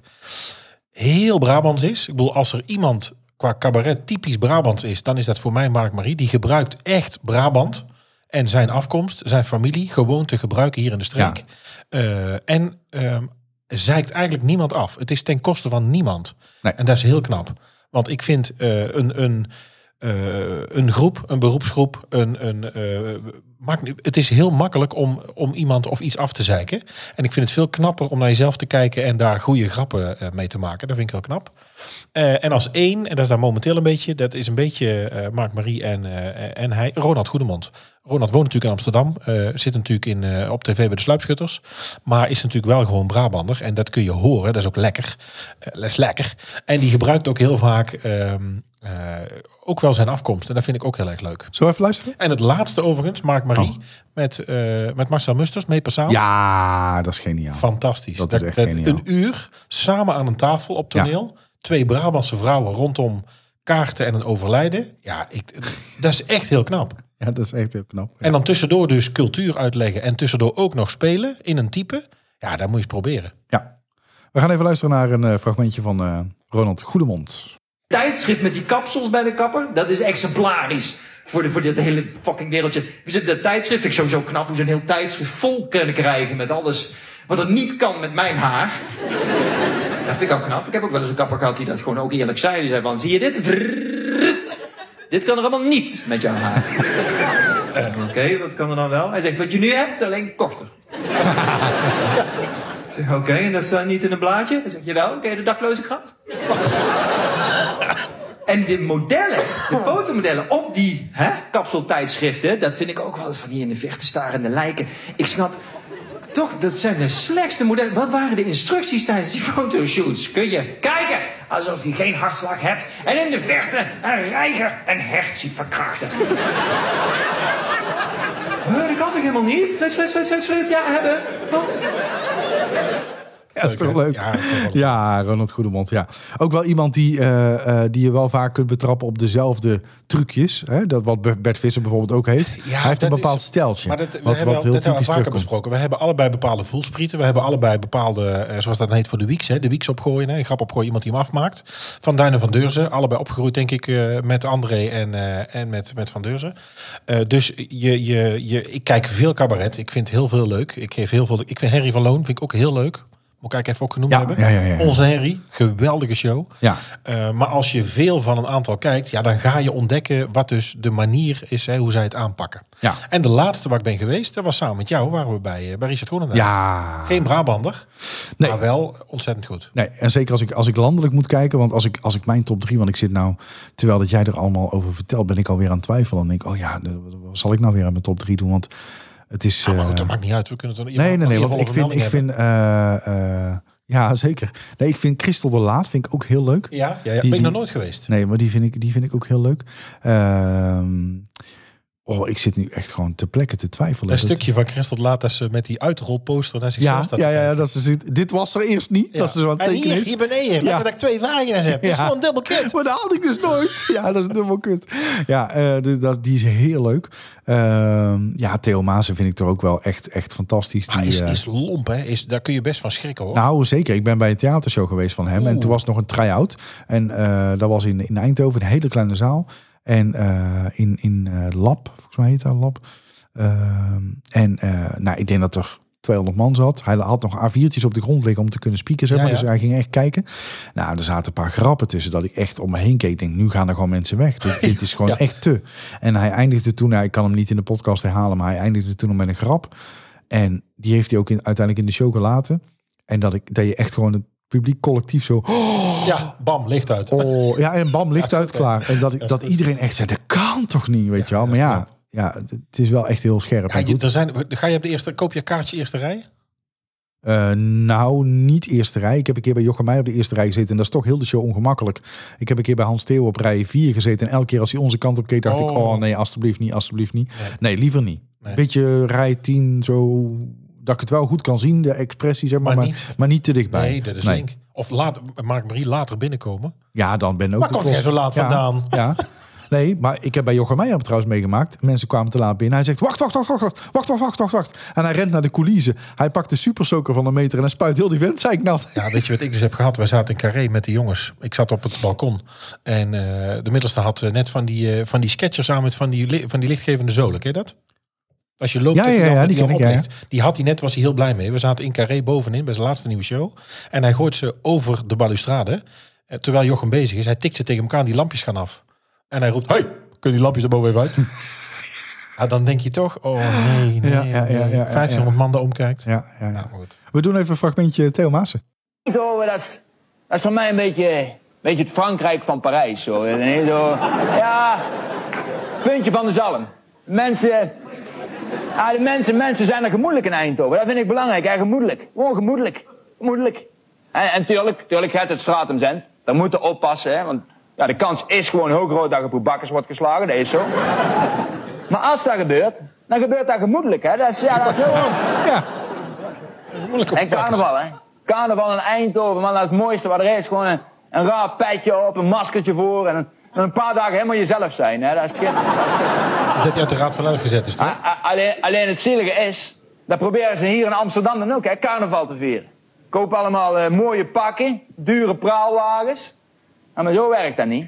Speaker 3: heel Brabants is. Ik bedoel, als er iemand qua cabaret typisch Brabants is, dan is dat voor mij Mark Marie. Die gebruikt echt Brabant en zijn afkomst, zijn familie, gewoon te gebruiken hier in de streek. Eh, en ehm zeikt eigenlijk niemand af. Het is ten koste van niemand.
Speaker 2: Nee.
Speaker 3: En dat is heel knap. Want ik vind eh, een, een, eh, een groep, een beroepsgroep, een, een, eh, maakt niet- het is heel makkelijk om, om iemand of iets af te zeiken. En ik vind het veel knapper om naar jezelf te kijken en daar goede grappen eh, mee te maken. Dat vind ik heel knap. Eh, en als één, en dat is daar momenteel een beetje, dat is een beetje eh Mark Marie en, eh, en hij, Ronald Goedemond. Ronald woont natuurlijk in Amsterdam, eh, zit natuurlijk in, eh, op tv bij de Sluipschutters, maar is natuurlijk wel gewoon Brabander. En dat kun je horen, dat is ook lekker. Eh, dat is lekker. En die gebruikt ook heel vaak ehm, eh, ook wel zijn afkomst. En dat vind ik ook heel erg leuk.
Speaker 2: Zullen we even luisteren?
Speaker 3: En het laatste overigens, Mark Marie,
Speaker 2: Oh.
Speaker 3: met, eh, met Marcel Musters, mee passaal.
Speaker 2: Ja, dat is geniaal.
Speaker 3: Fantastisch.
Speaker 2: Dat
Speaker 3: Dat
Speaker 2: is echt geniaal.
Speaker 3: een uur samen aan een tafel op toneel. Twee Brabantse vrouwen rondom kaarten en een overlijden. Ja, ik, dat is echt heel knap.
Speaker 2: Ja, dat is echt heel knap.
Speaker 3: En dan tussendoor dus cultuur uitleggen. En tussendoor ook nog spelen in een type. Ja, dat moet je eens proberen.
Speaker 2: Ja. We gaan even luisteren naar een eh, fragmentje van eh, Ronald Goedemond.
Speaker 4: tijdschrift met die kapsels bij de kapper. Dat is exemplarisch voor, de, voor dit hele fucking wereldje. We zitten dat tijdschrift, vind ik sowieso knap hoe ze een heel tijdschrift vol kunnen krijgen met alles wat er niet kan met mijn haar. Dat vind ik ook knap. Ik heb ook wel eens een kapper gehad die dat gewoon ook eerlijk zei. Die zei van, zie je dit? Vrrrt. Dit kan er allemaal niet met jouw haar. Eh, Oké, wat kan er dan wel? Hij zegt, wat je nu hebt, alleen korter. Ik zeg, Oké, en dat staat niet in een blaadje? Hij zegt, jawel, ken je de dakloze krant? En de modellen, de
Speaker 5: Oh.
Speaker 4: fotomodellen op die hè, kapseltijdschriften, dat vind ik ook wel eens van die in de vechten starende lijken. Ik snap, Toch, dat zijn de slechtste modellen. Wat waren de instructies tijdens die fotoshoots? Kun je kijken alsof je geen hartslag hebt en in de verte een reiger een hert ziet verkrachten. Huh, dat kan toch helemaal niet? Flits, flits, flits, flits, flits. Ja, hebben. Oh.
Speaker 2: Ja, dat is toch
Speaker 3: Leuk, hè?
Speaker 2: leuk?
Speaker 3: Ja, dat is toch wel leuk.
Speaker 2: Ja, Ronald Goedemond, ja. Ook wel iemand die, eh, eh, die je wel vaak kunt betrappen op dezelfde trucjes. Hè? Dat wat Bert Visser bijvoorbeeld ook heeft. Hij heeft een
Speaker 3: dat
Speaker 2: bepaald
Speaker 3: is-
Speaker 2: steltje.
Speaker 3: Maar dat, we
Speaker 2: wat
Speaker 3: hebben
Speaker 2: wat
Speaker 3: wel-
Speaker 2: heel
Speaker 3: dat hebben
Speaker 2: typisch
Speaker 3: we vaker
Speaker 2: terugkomt.
Speaker 3: besproken. We hebben allebei bepaalde voelsprieten. We hebben allebei bepaalde, eh, zoals dat heet voor de weeks, hè, de weeks opgooien. Hè, een grap opgooien, iemand die hem afmaakt. Van Duinen van Deurzen. Allebei opgegroeid, denk ik, eh, met André en, eh, en met, met Van Deurzen. Eh, dus je, je, je, ik kijk veel cabaret. Ik vind heel veel leuk. Ik, geef heel veel, ik vind Henry van Loon vind ik ook heel leuk. Moet ik eigenlijk even ook genoemd
Speaker 2: Ja,
Speaker 3: hebben.
Speaker 2: ja, ja, ja, ja.
Speaker 3: Onze Henry, geweldige show.
Speaker 2: Ja.
Speaker 3: Eh, maar als je veel van een aantal kijkt, ja, dan ga je ontdekken wat dus de manier is, hè, hoe zij het aanpakken.
Speaker 2: Ja.
Speaker 3: En de laatste waar ik ben geweest, dat was samen met jou, waren we bij, eh, bij Richard Groenendaal.
Speaker 2: Ja.
Speaker 3: Geen Brabander,
Speaker 2: Nee.
Speaker 3: maar wel ontzettend goed.
Speaker 2: Nee, en zeker als ik, als ik landelijk moet kijken. Want als ik, als ik mijn top drie, want ik zit nou... Terwijl dat jij er allemaal over vertelt, ben ik alweer aan het twijfelen. En denk ik, oh ja, eh, wat zal ik nou weer aan mijn top drie doen? Want het is...
Speaker 3: Maar goed,
Speaker 2: eh,
Speaker 3: dat maakt niet uit. We kunnen het dan
Speaker 2: Nee, nee, nee. Want ik vind, ik vind eh, eh, ja, zeker. Nee, ik vind Christel de Laat vind ik ook heel leuk.
Speaker 3: Ja, ja, ja.
Speaker 2: die-
Speaker 3: ben ik nog
Speaker 2: die-
Speaker 3: nooit geweest.
Speaker 2: Nee, maar die vind ik, die vind ik ook heel leuk. Ehm, oh, ik zit nu echt gewoon te plekken te twijfelen.
Speaker 3: Dat
Speaker 2: Dat-
Speaker 3: stukje van Christel Laat, dat ze met die uitrolposter naar zichzelf
Speaker 2: Ja,
Speaker 3: staat te
Speaker 2: ja, ja,
Speaker 3: kijken.
Speaker 2: dat is, dit was er eerst niet. Dat is wat
Speaker 3: en hier,
Speaker 2: tekenen.
Speaker 3: hier beneden, lekker
Speaker 2: Ja.
Speaker 3: dat ik twee vagina's heb. Dat is
Speaker 2: Ja.
Speaker 3: gewoon dubbel kind.
Speaker 2: Maar dat had ik dus nooit. Ja, dat is dubbel kut. Ja, eh, dus dat, die is heel leuk. Ehm, ja, Theo Maassen vind ik er ook wel echt, echt fantastisch.
Speaker 3: Maar
Speaker 2: Die,
Speaker 3: is,
Speaker 2: eh,
Speaker 3: is lomp, hè? Is, daar kun je best van schrikken, hoor.
Speaker 2: Nou, zeker. Ik ben bij een theatershow geweest van hem. En toen was het nog een try-out. En eh, dat was in, in Eindhoven, een hele kleine zaal. En eh, in, in eh, Lab, volgens mij heet dat Lab. Ehm, en eh, nou, ik denk dat er 200 man zat. Hij had nog A4'tjes op de grond liggen om te kunnen spieken. Zeg
Speaker 3: Ja,
Speaker 2: maar.
Speaker 3: ja.
Speaker 2: Dus hij ging echt kijken. Nou, er zaten een paar grappen tussen dat ik echt om me heen keek. Ik denk, nu gaan er gewoon mensen weg. Dit, dit is gewoon
Speaker 3: Ja.
Speaker 2: echt te. En hij eindigde toen, nou, ik kan hem niet in de podcast herhalen, maar hij eindigde toen nog met een grap. En die heeft hij ook in, uiteindelijk in de show gelaten. En dat, ik, dat je echt gewoon het publiek collectief zo...
Speaker 3: ja, bam, licht uit.
Speaker 2: Oh, ja, en bam, licht uit, klaar. En dat, ik-
Speaker 3: Ja,
Speaker 2: dat
Speaker 3: goed.
Speaker 2: iedereen echt zei, dat kan toch niet, weet je wel. Maar ja, ja, het- het is wel echt heel scherp
Speaker 3: Ja,
Speaker 2: en
Speaker 3: je,
Speaker 2: goed.
Speaker 3: er zijn, ga je op de eerste, koop je kaartje eerste rij?
Speaker 2: Eh, nou, niet eerste rij. Ik heb een keer bij Jochem Meij op de eerste rij gezeten. En dat is toch heel de show ongemakkelijk. Ik heb een keer bij Hans Theo op rij 4 gezeten. En elke keer als hij onze kant op keek, dacht ik...
Speaker 3: Oh.
Speaker 2: Oh nee, alstublieft niet, alstublieft niet.
Speaker 3: Nee.
Speaker 2: Nee, liever niet.
Speaker 3: Nee.
Speaker 2: Beetje rij 10, zo... Dat ik het wel goed kan zien, de expressie, zeg maar.
Speaker 3: Maar
Speaker 2: Maar,
Speaker 3: niet-
Speaker 2: maar, niet te dichtbij.
Speaker 3: Nee, dat is link. Of laat, Mark Marie later binnenkomen.
Speaker 2: Ja, dan ben ook
Speaker 3: Waar
Speaker 2: de
Speaker 3: komt jij
Speaker 2: kost-
Speaker 3: zo laat
Speaker 2: Ja,
Speaker 3: vandaan?
Speaker 2: Ja. Nee, maar ik heb bij Jochem Meijer trouwens meegemaakt. Mensen kwamen te laat binnen. Hij zegt, wacht, wacht, wacht, wacht, wacht, wacht, wacht, wacht, wacht, wacht. En hij rent naar de coulissen. Hij pakt de supersoker van een meter en hij spuit heel die vent, zei ik nat.
Speaker 3: Ja, weet je wat ik dus heb gehad? Wij zaten in Carré met de jongens. Ik zat op het balkon. En eh, de middelste had eh, net van die, eh van die sketchers aan met van die, li- van die lichtgevende zolen. Ken je dat? Als je loopt,
Speaker 2: Ja,
Speaker 3: dat hij
Speaker 2: ja,
Speaker 3: dan-
Speaker 2: ja,
Speaker 3: dat
Speaker 2: die
Speaker 3: hij
Speaker 2: ken
Speaker 3: dan
Speaker 2: ik, ja, ja.
Speaker 3: oplicht. Die had hij net, was hij heel blij mee. We zaten in Carré bovenin bij zijn laatste nieuwe show. En hij gooit ze over de balustrade. Eh, terwijl Jochem bezig is. Hij tikt ze tegen elkaar en die lampjes gaan af. En hij roept, hey, kun je die lampjes daarboven even uit? ja, dan denk je toch, oh nee, nee,
Speaker 2: Ja, ja, ja,
Speaker 3: nee.
Speaker 2: ja, ja, ja.
Speaker 3: 1500 man daar omkijkt.
Speaker 2: Ja, ja,
Speaker 3: Ja,
Speaker 2: ja.
Speaker 3: maar goed.
Speaker 2: We doen even een fragmentje Theo Maassen.
Speaker 6: Eindhoven, dat is, dat is voor mij een beetje, beetje het Frankrijk van Parijs. Zo. Nee, zo. Ja, puntje van de zalm. Mensen, ah, de mensen, mensen zijn er gemoedelijk in Eindhoven. Dat vind ik belangrijk, hè, gemoedelijk. Gewoon gemoedelijk. Gemoedelijk. En, en tuurlijk, tuurlijk gaat het straat om zijn. Dan moeten we oppassen, hè, want ja, de kans is gewoon heel groot dat je op je bakkers wordt geslagen. Dat is zo. Maar als dat gebeurt, dan gebeurt dat gemoedelijk. Hè. Dat is, ja, dat is heel...
Speaker 2: Ja,
Speaker 3: Moeilijk op
Speaker 6: En
Speaker 3: elkaar.
Speaker 6: carnaval, hè? Carnaval in Eindhoven, man, dat is het mooiste wat er is. Gewoon een, een raar petje op, een maskertje voor en een, en een paar dagen helemaal jezelf zijn. Hè? Dat is schitterend. Dat is schitterend.
Speaker 3: Is dat hij uit de Raad van Elf gezet is, toch?
Speaker 6: A- a- Ah, alleen, alleen het zielige is, dat proberen ze hier in Amsterdam dan ook, hè, carnaval te vieren. Koop allemaal eh, mooie pakken, dure praalwagens. Ja, maar zo werkt dat niet.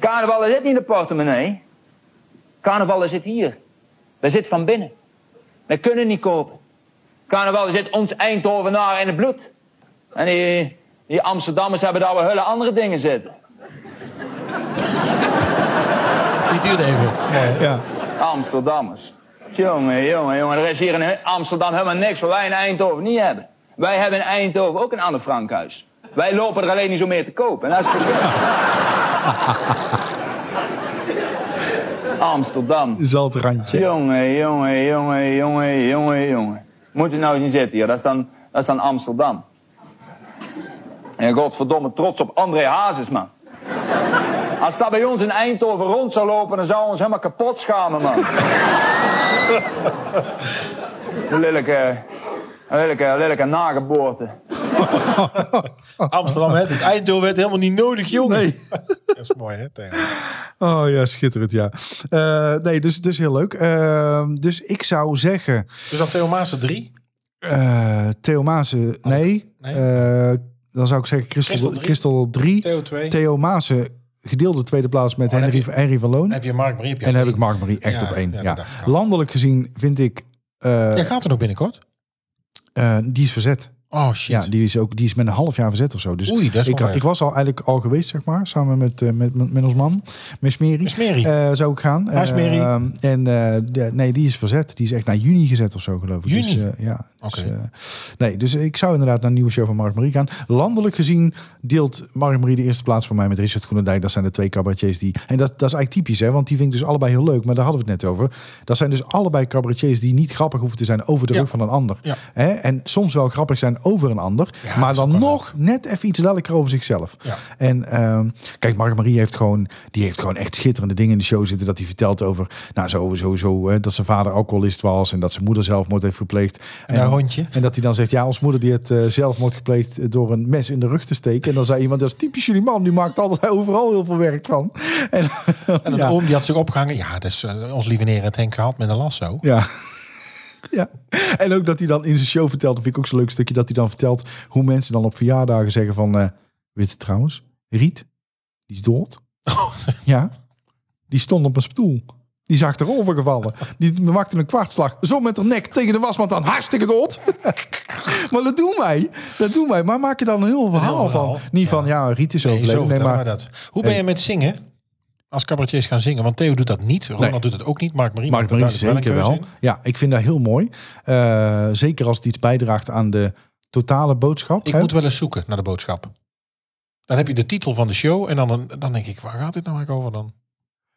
Speaker 6: Carnaval zit niet in de portemonnee. Carnaval zit hier. Dat zit van binnen. Dat kunnen niet kopen. Carnaval zit ons Eindhovenaar in het bloed. En die, die Amsterdammers hebben daar wel hele andere dingen zitten.
Speaker 3: Die duurde even.
Speaker 2: ja.
Speaker 6: Amsterdammers. Jongen, jongen, jongen. Er is hier in Amsterdam helemaal niks wat wij in Eindhoven niet hebben. Wij hebben in Eindhoven ook een Anne Frankhuis. Wij lopen er alleen niet zo meer te koop. En dat is het verschil. Amsterdam.
Speaker 2: Zaltrandje.
Speaker 6: Jongen, jongen, jongen, jongen, jongen, jongen. Moet u nou eens niet zitten hier. Dat is dan, dat is dan Amsterdam. En godverdomme trots op André Hazes, man. Als dat bij ons in Eindhoven rond zou lopen, dan zou ons helemaal kapot schamen, man. Een lelijke, een lelijke, een lelijke nageboorte.
Speaker 3: Amsterdam werd het. Eindhoven werd helemaal niet nodig, jongen.
Speaker 2: Nee.
Speaker 3: Dat is mooi, hè? Theo?
Speaker 2: Oh ja, schitterend, ja. Eh, nee, dus, dus heel leuk. Eh, dus ik zou zeggen,
Speaker 3: Dus dan Theo Maassen 3.
Speaker 2: eh Theo Maassen, nee.
Speaker 3: Oh, nee.
Speaker 2: Eh, dan zou ik zeggen
Speaker 3: Christel
Speaker 2: Christel,
Speaker 3: drie.
Speaker 2: Christel 3.
Speaker 3: Theo 2.
Speaker 2: Theo Maassen, gedeelde tweede plaats met
Speaker 3: dan
Speaker 2: Henry,
Speaker 3: heb je-
Speaker 2: Henry van Loon.
Speaker 3: Dan heb je Mark Marie. Heb je
Speaker 2: en dan heb
Speaker 3: één.
Speaker 2: ik Mark Marie echt
Speaker 3: Ja,
Speaker 2: op één.
Speaker 3: ja,
Speaker 2: Ja,
Speaker 3: dat dacht ik al.
Speaker 2: Landelijk gezien vind ik, eh,
Speaker 3: Jij gaat er nog binnenkort.
Speaker 2: eh, die is verzet.
Speaker 3: Oh shit.
Speaker 2: Ja, die is, ook, die is met een half jaar verzet of zo. Dus
Speaker 3: Oei, dat is
Speaker 2: ik,
Speaker 3: wel erg.
Speaker 2: ik was al eigenlijk al geweest, zeg maar, samen met, eh, met, met, met ons man, Miss Mary.
Speaker 3: Miss Mary.
Speaker 2: Eh, zou ik gaan.
Speaker 3: Waar is Mary?
Speaker 2: Eh, en eh, de- nee, die is verzet. Die is echt naar juni gezet of zo, geloof ik.
Speaker 3: Juni?
Speaker 2: Dus, eh, ja. Dus,
Speaker 3: Oké.
Speaker 2: eh, nee, dus ik zou inderdaad naar een nieuwe show van Mark Marie gaan. Landelijk gezien deelt Mark Marie de eerste plaats voor mij met Richard Groenendijk. Dat zijn de twee cabaretiers die... En dat, dat is eigenlijk typisch, hè. Want die vind ik dus allebei heel leuk. Maar daar hadden we het net over. Dat zijn dus allebei cabaretiers die niet grappig hoeven te zijn over de
Speaker 3: Ja.
Speaker 2: rug van een ander.
Speaker 3: Ja.
Speaker 2: Hè? En soms wel grappig zijn over een ander.
Speaker 3: Ja, dat
Speaker 2: maar
Speaker 3: is
Speaker 2: dan
Speaker 3: ook wel
Speaker 2: nog net even iets lelijker over zichzelf.
Speaker 3: Ja.
Speaker 2: En ehm, kijk, Mark Marie heeft gewoon, die heeft gewoon echt schitterende dingen in de show zitten. Dat hij vertelt over, nou zo- sowieso, hè, dat zijn vader alcoholist was en dat zijn moeder zelfmoord heeft gepleegd.
Speaker 3: En haar hondje.
Speaker 2: En dat hij dan zegt, ja, ons moeder die heeft eh, zelfmoord gepleegd eh, door een mes in de rug te steken. En dan zei iemand, dat is typisch jullie man, die maakt altijd overal heel veel werk van. En,
Speaker 3: En een
Speaker 2: ja.
Speaker 3: oom die had zich opgehangen. Ja, dat is eh, ons lieve neer het Henk gehad met een lasso.
Speaker 2: Ja. Ja. En ook dat hij dan in zijn show vertelt, dat vind ik ook zo'n leuk stukje, dat hij dan vertelt hoe mensen dan op verjaardagen zeggen van, eh weet je trouwens, Riet, die is dood. Oh. ja. Die stond op een stoel. Die is achterover gevallen. Die maakte een kwartslag. Zo met haar nek tegen de wasmand aan. Hartstikke dood. maar dat doen wij. Dat doen wij. Maar maak je dan een heel verhaal,
Speaker 3: verhaal.
Speaker 2: van. Niet van, ja, Riet is
Speaker 3: Nee,
Speaker 2: overleden.
Speaker 3: zo
Speaker 2: Nee,
Speaker 3: vertellen
Speaker 2: maar
Speaker 3: maar dat. Hoe ben je met zingen? Als cabaretiers gaan zingen. Want Theo doet dat niet. Ronald
Speaker 2: Nee.
Speaker 3: doet het ook niet. Mark Marie
Speaker 2: Mark
Speaker 3: maakt er
Speaker 2: Marie
Speaker 3: duidelijk
Speaker 2: zeker
Speaker 3: een
Speaker 2: wel.
Speaker 3: keuze in.
Speaker 2: Ja, ik vind dat heel mooi. Eh, zeker als het iets bijdraagt aan de totale boodschap.
Speaker 3: Ik
Speaker 2: hè?
Speaker 3: moet wel eens zoeken naar de boodschap. Dan heb je de titel van de show. En dan, een- dan denk ik, waar gaat dit nou eigenlijk over dan?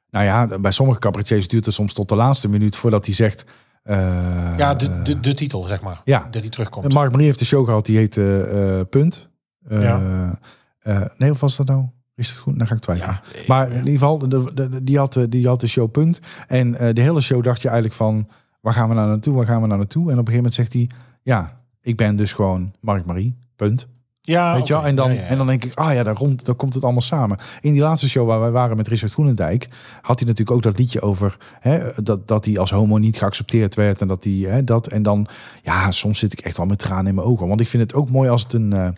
Speaker 2: Nou ja, bij sommige cabaretiers duurt het soms tot de laatste minuut voordat hij zegt... eh,
Speaker 3: Ja, de, de, de titel, zeg maar.
Speaker 2: ja.
Speaker 3: Dat die terugkomt.
Speaker 2: En Mark Marie heeft een show gehad, die heet eh, eh, Punt. Eh,
Speaker 3: Ja.
Speaker 2: eh, nee, of was dat nou? Is het goed? Dan ga ik twijfelen.
Speaker 3: Ja.
Speaker 2: Maar in ieder geval, de, de- die, had, eh, die had de show Punt. En eh, de hele show dacht je eigenlijk van... Waar gaan we nou naartoe? Waar gaan we nou naartoe? En op een gegeven moment zegt hij... Ja, ik ben dus gewoon Mark Marie. Punt.
Speaker 3: ja,
Speaker 2: Weet je wel?
Speaker 3: oké.
Speaker 2: En, dan,
Speaker 3: Ja, ja, ja.
Speaker 2: en dan denk ik, ah ja, daar, rond, daar komt het allemaal samen. In die laatste show waar wij waren met Richard Groenendijk... had hij natuurlijk ook dat liedje over... Hè, dat, dat hij als homo niet geaccepteerd werd. En dat hij hè, dat... En dan, ja, soms zit ik echt wel met tranen in mijn ogen. Want ik vind het ook mooi als het een... eh,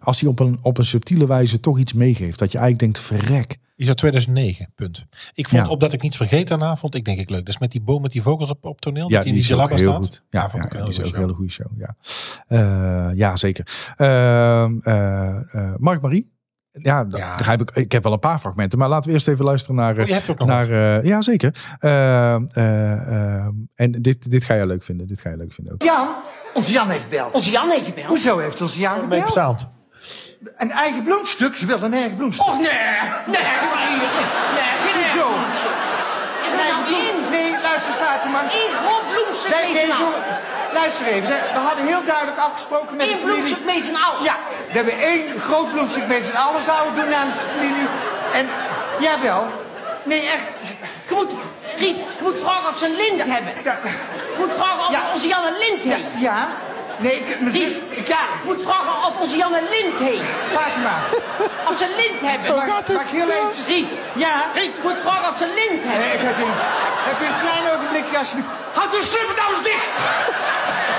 Speaker 2: als hij op een, op een subtiele wijze toch iets meegeeft. Dat je eigenlijk denkt, verrek.
Speaker 3: Is dat 2009, punt. Ik vond,
Speaker 2: Ja.
Speaker 3: op dat ik niet vergeet daarna, vond ik denk ik leuk. Dat is met die boom met die vogels op, op toneel. dat die in die
Speaker 2: ook
Speaker 3: gelabba
Speaker 2: heel
Speaker 3: staat.
Speaker 2: goed. Ja,
Speaker 3: vond
Speaker 2: ja,
Speaker 3: ik een
Speaker 2: die is
Speaker 3: hele
Speaker 2: ook een
Speaker 3: goede
Speaker 2: hele goede show. Ja, Eh, ja zeker. Ehm, eh, eh, Mark Marie. Ja, dat
Speaker 3: Ja.
Speaker 2: begrijp ik. Ik heb wel een paar fragmenten, maar laten we eerst even luisteren naar. eh,
Speaker 3: Oh, je hebt ook nog
Speaker 2: naar
Speaker 3: wat.
Speaker 2: eh, ja, zeker. Ehm, eh, ehm, en dit, dit ga je leuk vinden. Dit ga je leuk vinden ook.
Speaker 7: Jan? Ons Jan heeft gebeld. Ons Jan heeft gebeld? Hoezo heeft ons Jan
Speaker 3: mee
Speaker 7: gebeld?
Speaker 3: bestaand.
Speaker 7: Een eigen bloemstuk? Ze wilde een eigen bloemstuk.
Speaker 5: Och nee, nee, nee, nee, nee.
Speaker 7: Hoezo?
Speaker 5: Er
Speaker 7: Een
Speaker 5: is
Speaker 7: eigen
Speaker 5: al
Speaker 7: bloem-
Speaker 5: één,
Speaker 7: Nee, luister, Fatima.
Speaker 5: één groot bloemstuk
Speaker 7: Nee, nee,
Speaker 5: meegenaald.
Speaker 7: zo... Luister even. We hadden heel duidelijk afgesproken met
Speaker 5: Eén
Speaker 7: de familie...
Speaker 5: bloemstuk mee zijn oude.
Speaker 7: Ja, we hebben één groot bloemstuk met z'n allen zouden doen namens de familie. En, jawel. Nee, echt.
Speaker 5: Je moet, Riet, je moet vragen of ze een lint hebben.
Speaker 7: Ja,
Speaker 5: Je moet vragen of
Speaker 7: Ja.
Speaker 5: onze Jan een lint
Speaker 7: ja,
Speaker 5: heeft.
Speaker 7: ja. Nee, ik, mijn
Speaker 5: Die-
Speaker 7: zus... Ik, ja,
Speaker 5: Je moet vragen of onze Jan een lint heeft.
Speaker 7: Fatima.
Speaker 5: Of ze een lint hebben.
Speaker 7: Zo gaat het.
Speaker 5: Mag ik heel eventjes- Riet,
Speaker 7: Ja.
Speaker 5: Riet, je moet vragen of ze een lint hebben.
Speaker 7: Nee, ik heb een, heb je een klein ogenblikje alsjeblieft.
Speaker 5: Houd uw slipper nou eens dicht.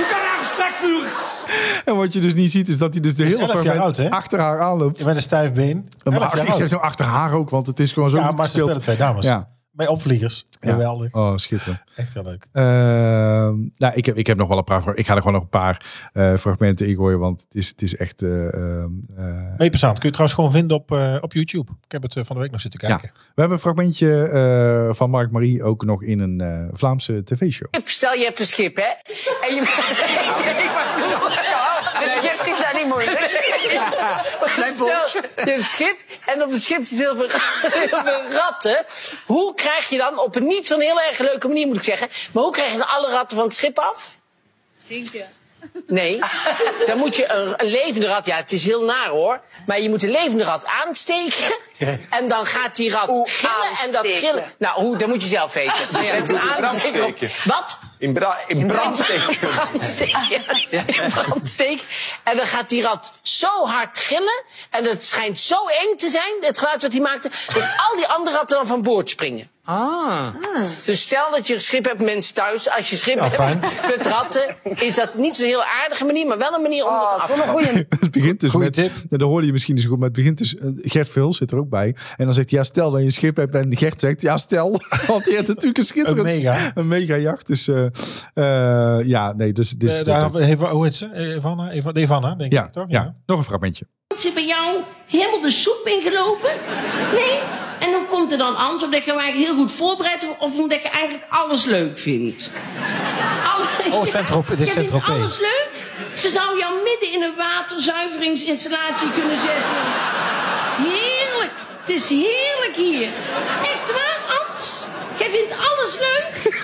Speaker 5: Je kan haar gesprek voeren.
Speaker 2: En wat je dus niet ziet, is dat hij dus de hele
Speaker 3: elf jaar
Speaker 2: fragment
Speaker 3: oud, hè?
Speaker 2: achter haar aanloopt.
Speaker 3: Met een stijf been.
Speaker 2: Maar
Speaker 3: Elf
Speaker 2: ach-
Speaker 3: jaar
Speaker 2: ik zeg
Speaker 3: oud.
Speaker 2: zo achter haar ook, want het is gewoon zo.
Speaker 3: Ja,
Speaker 2: goed
Speaker 3: maar ze
Speaker 2: gespeeld.
Speaker 3: spelen twee dames.
Speaker 2: Ja.
Speaker 3: Bij opvliegers.
Speaker 2: Ja.
Speaker 3: Geweldig.
Speaker 2: Oh, schitterend.
Speaker 3: Echt heel leuk.
Speaker 2: Ehm, nou, ik heb, ik heb nog wel een paar. fra- Ik ga er gewoon nog een paar eh, fragmenten in gooien. Want het is, het is echt. eh, ehm, eh,
Speaker 3: Mee bestaand. Kun je trouwens gewoon vinden op, eh, op YouTube. Ik heb het eh, van de week nog zitten
Speaker 2: ja.
Speaker 3: kijken.
Speaker 2: We hebben een fragmentje eh, van Mark Marie ook nog in een eh, Vlaamse tv-show.
Speaker 8: Stel, je hebt een schip, hè? En je... ik bedoel... Ja, het schip is daar niet moeilijk. Stel, je hebt een schip en op het schip zitten heel veel, heel veel ratten. Hoe krijg je dan, op een niet zo'n heel erg leuke manier moet ik zeggen... maar hoe krijg je dan alle ratten van het schip af?
Speaker 9: Stinken.
Speaker 8: Nee, dan moet je een, een levende rat... Ja, het is heel naar, hoor. Maar je moet een levende rat aansteken. En dan gaat die rat
Speaker 9: Hoe
Speaker 8: gillen en dat
Speaker 9: aansteken?
Speaker 8: gillen... Nou, hoe, dat moet je zelf weten. Dus met een aansteek... of- Wat?
Speaker 10: In, bra in brandsteek.
Speaker 8: brandsteek. In brandsteek. En dan gaat die rat zo hard gillen. En het schijnt zo eng te zijn, het geluid wat hij maakte, dat al die andere ratten dan van boord springen. Ah. Dus stel dat je een schip hebt, mensen thuis. Als je schip
Speaker 2: fijn.
Speaker 8: hebt met ratten, is dat niet zo'n heel aardige manier, maar wel een manier om ervan af te
Speaker 9: Zo'n
Speaker 8: komen.
Speaker 9: goeie...
Speaker 2: Het begint dus
Speaker 3: Goeie
Speaker 2: met,
Speaker 3: tip.
Speaker 2: Nou, dat hoorde je misschien niet zo goed, maar het begint dus, eh, Gert Vul zit er ook bij. En dan zegt hij, ja stel dat je een schip hebt. En Gert zegt, ja stel, want hij heeft natuurlijk een schitterend...
Speaker 3: Een mega.
Speaker 2: Een mega jacht. Dus eh, eh, ja, nee, dus... dus
Speaker 3: Eh, daar, Eva- hoe heet ze? Evanna, Eva- Evanna denk
Speaker 2: ja,
Speaker 3: ik toch?
Speaker 2: ja, nog een fragmentje.
Speaker 11: Zit bij jou helemaal de soep ingelopen? Nee? En hoe komt het dan anders? Omdat je hem eigenlijk heel goed voorbereidt of- of omdat je eigenlijk alles leuk vindt? Alle-
Speaker 3: Oh, Saint-Tropez, dit is
Speaker 11: Je vindt
Speaker 3: Saint-Tropez.
Speaker 11: alles leuk? Ze zou jou midden in een waterzuiveringsinstallatie kunnen zetten. Heerlijk! Het is heerlijk hier. Echt waar, Ans? Jij vindt alles leuk?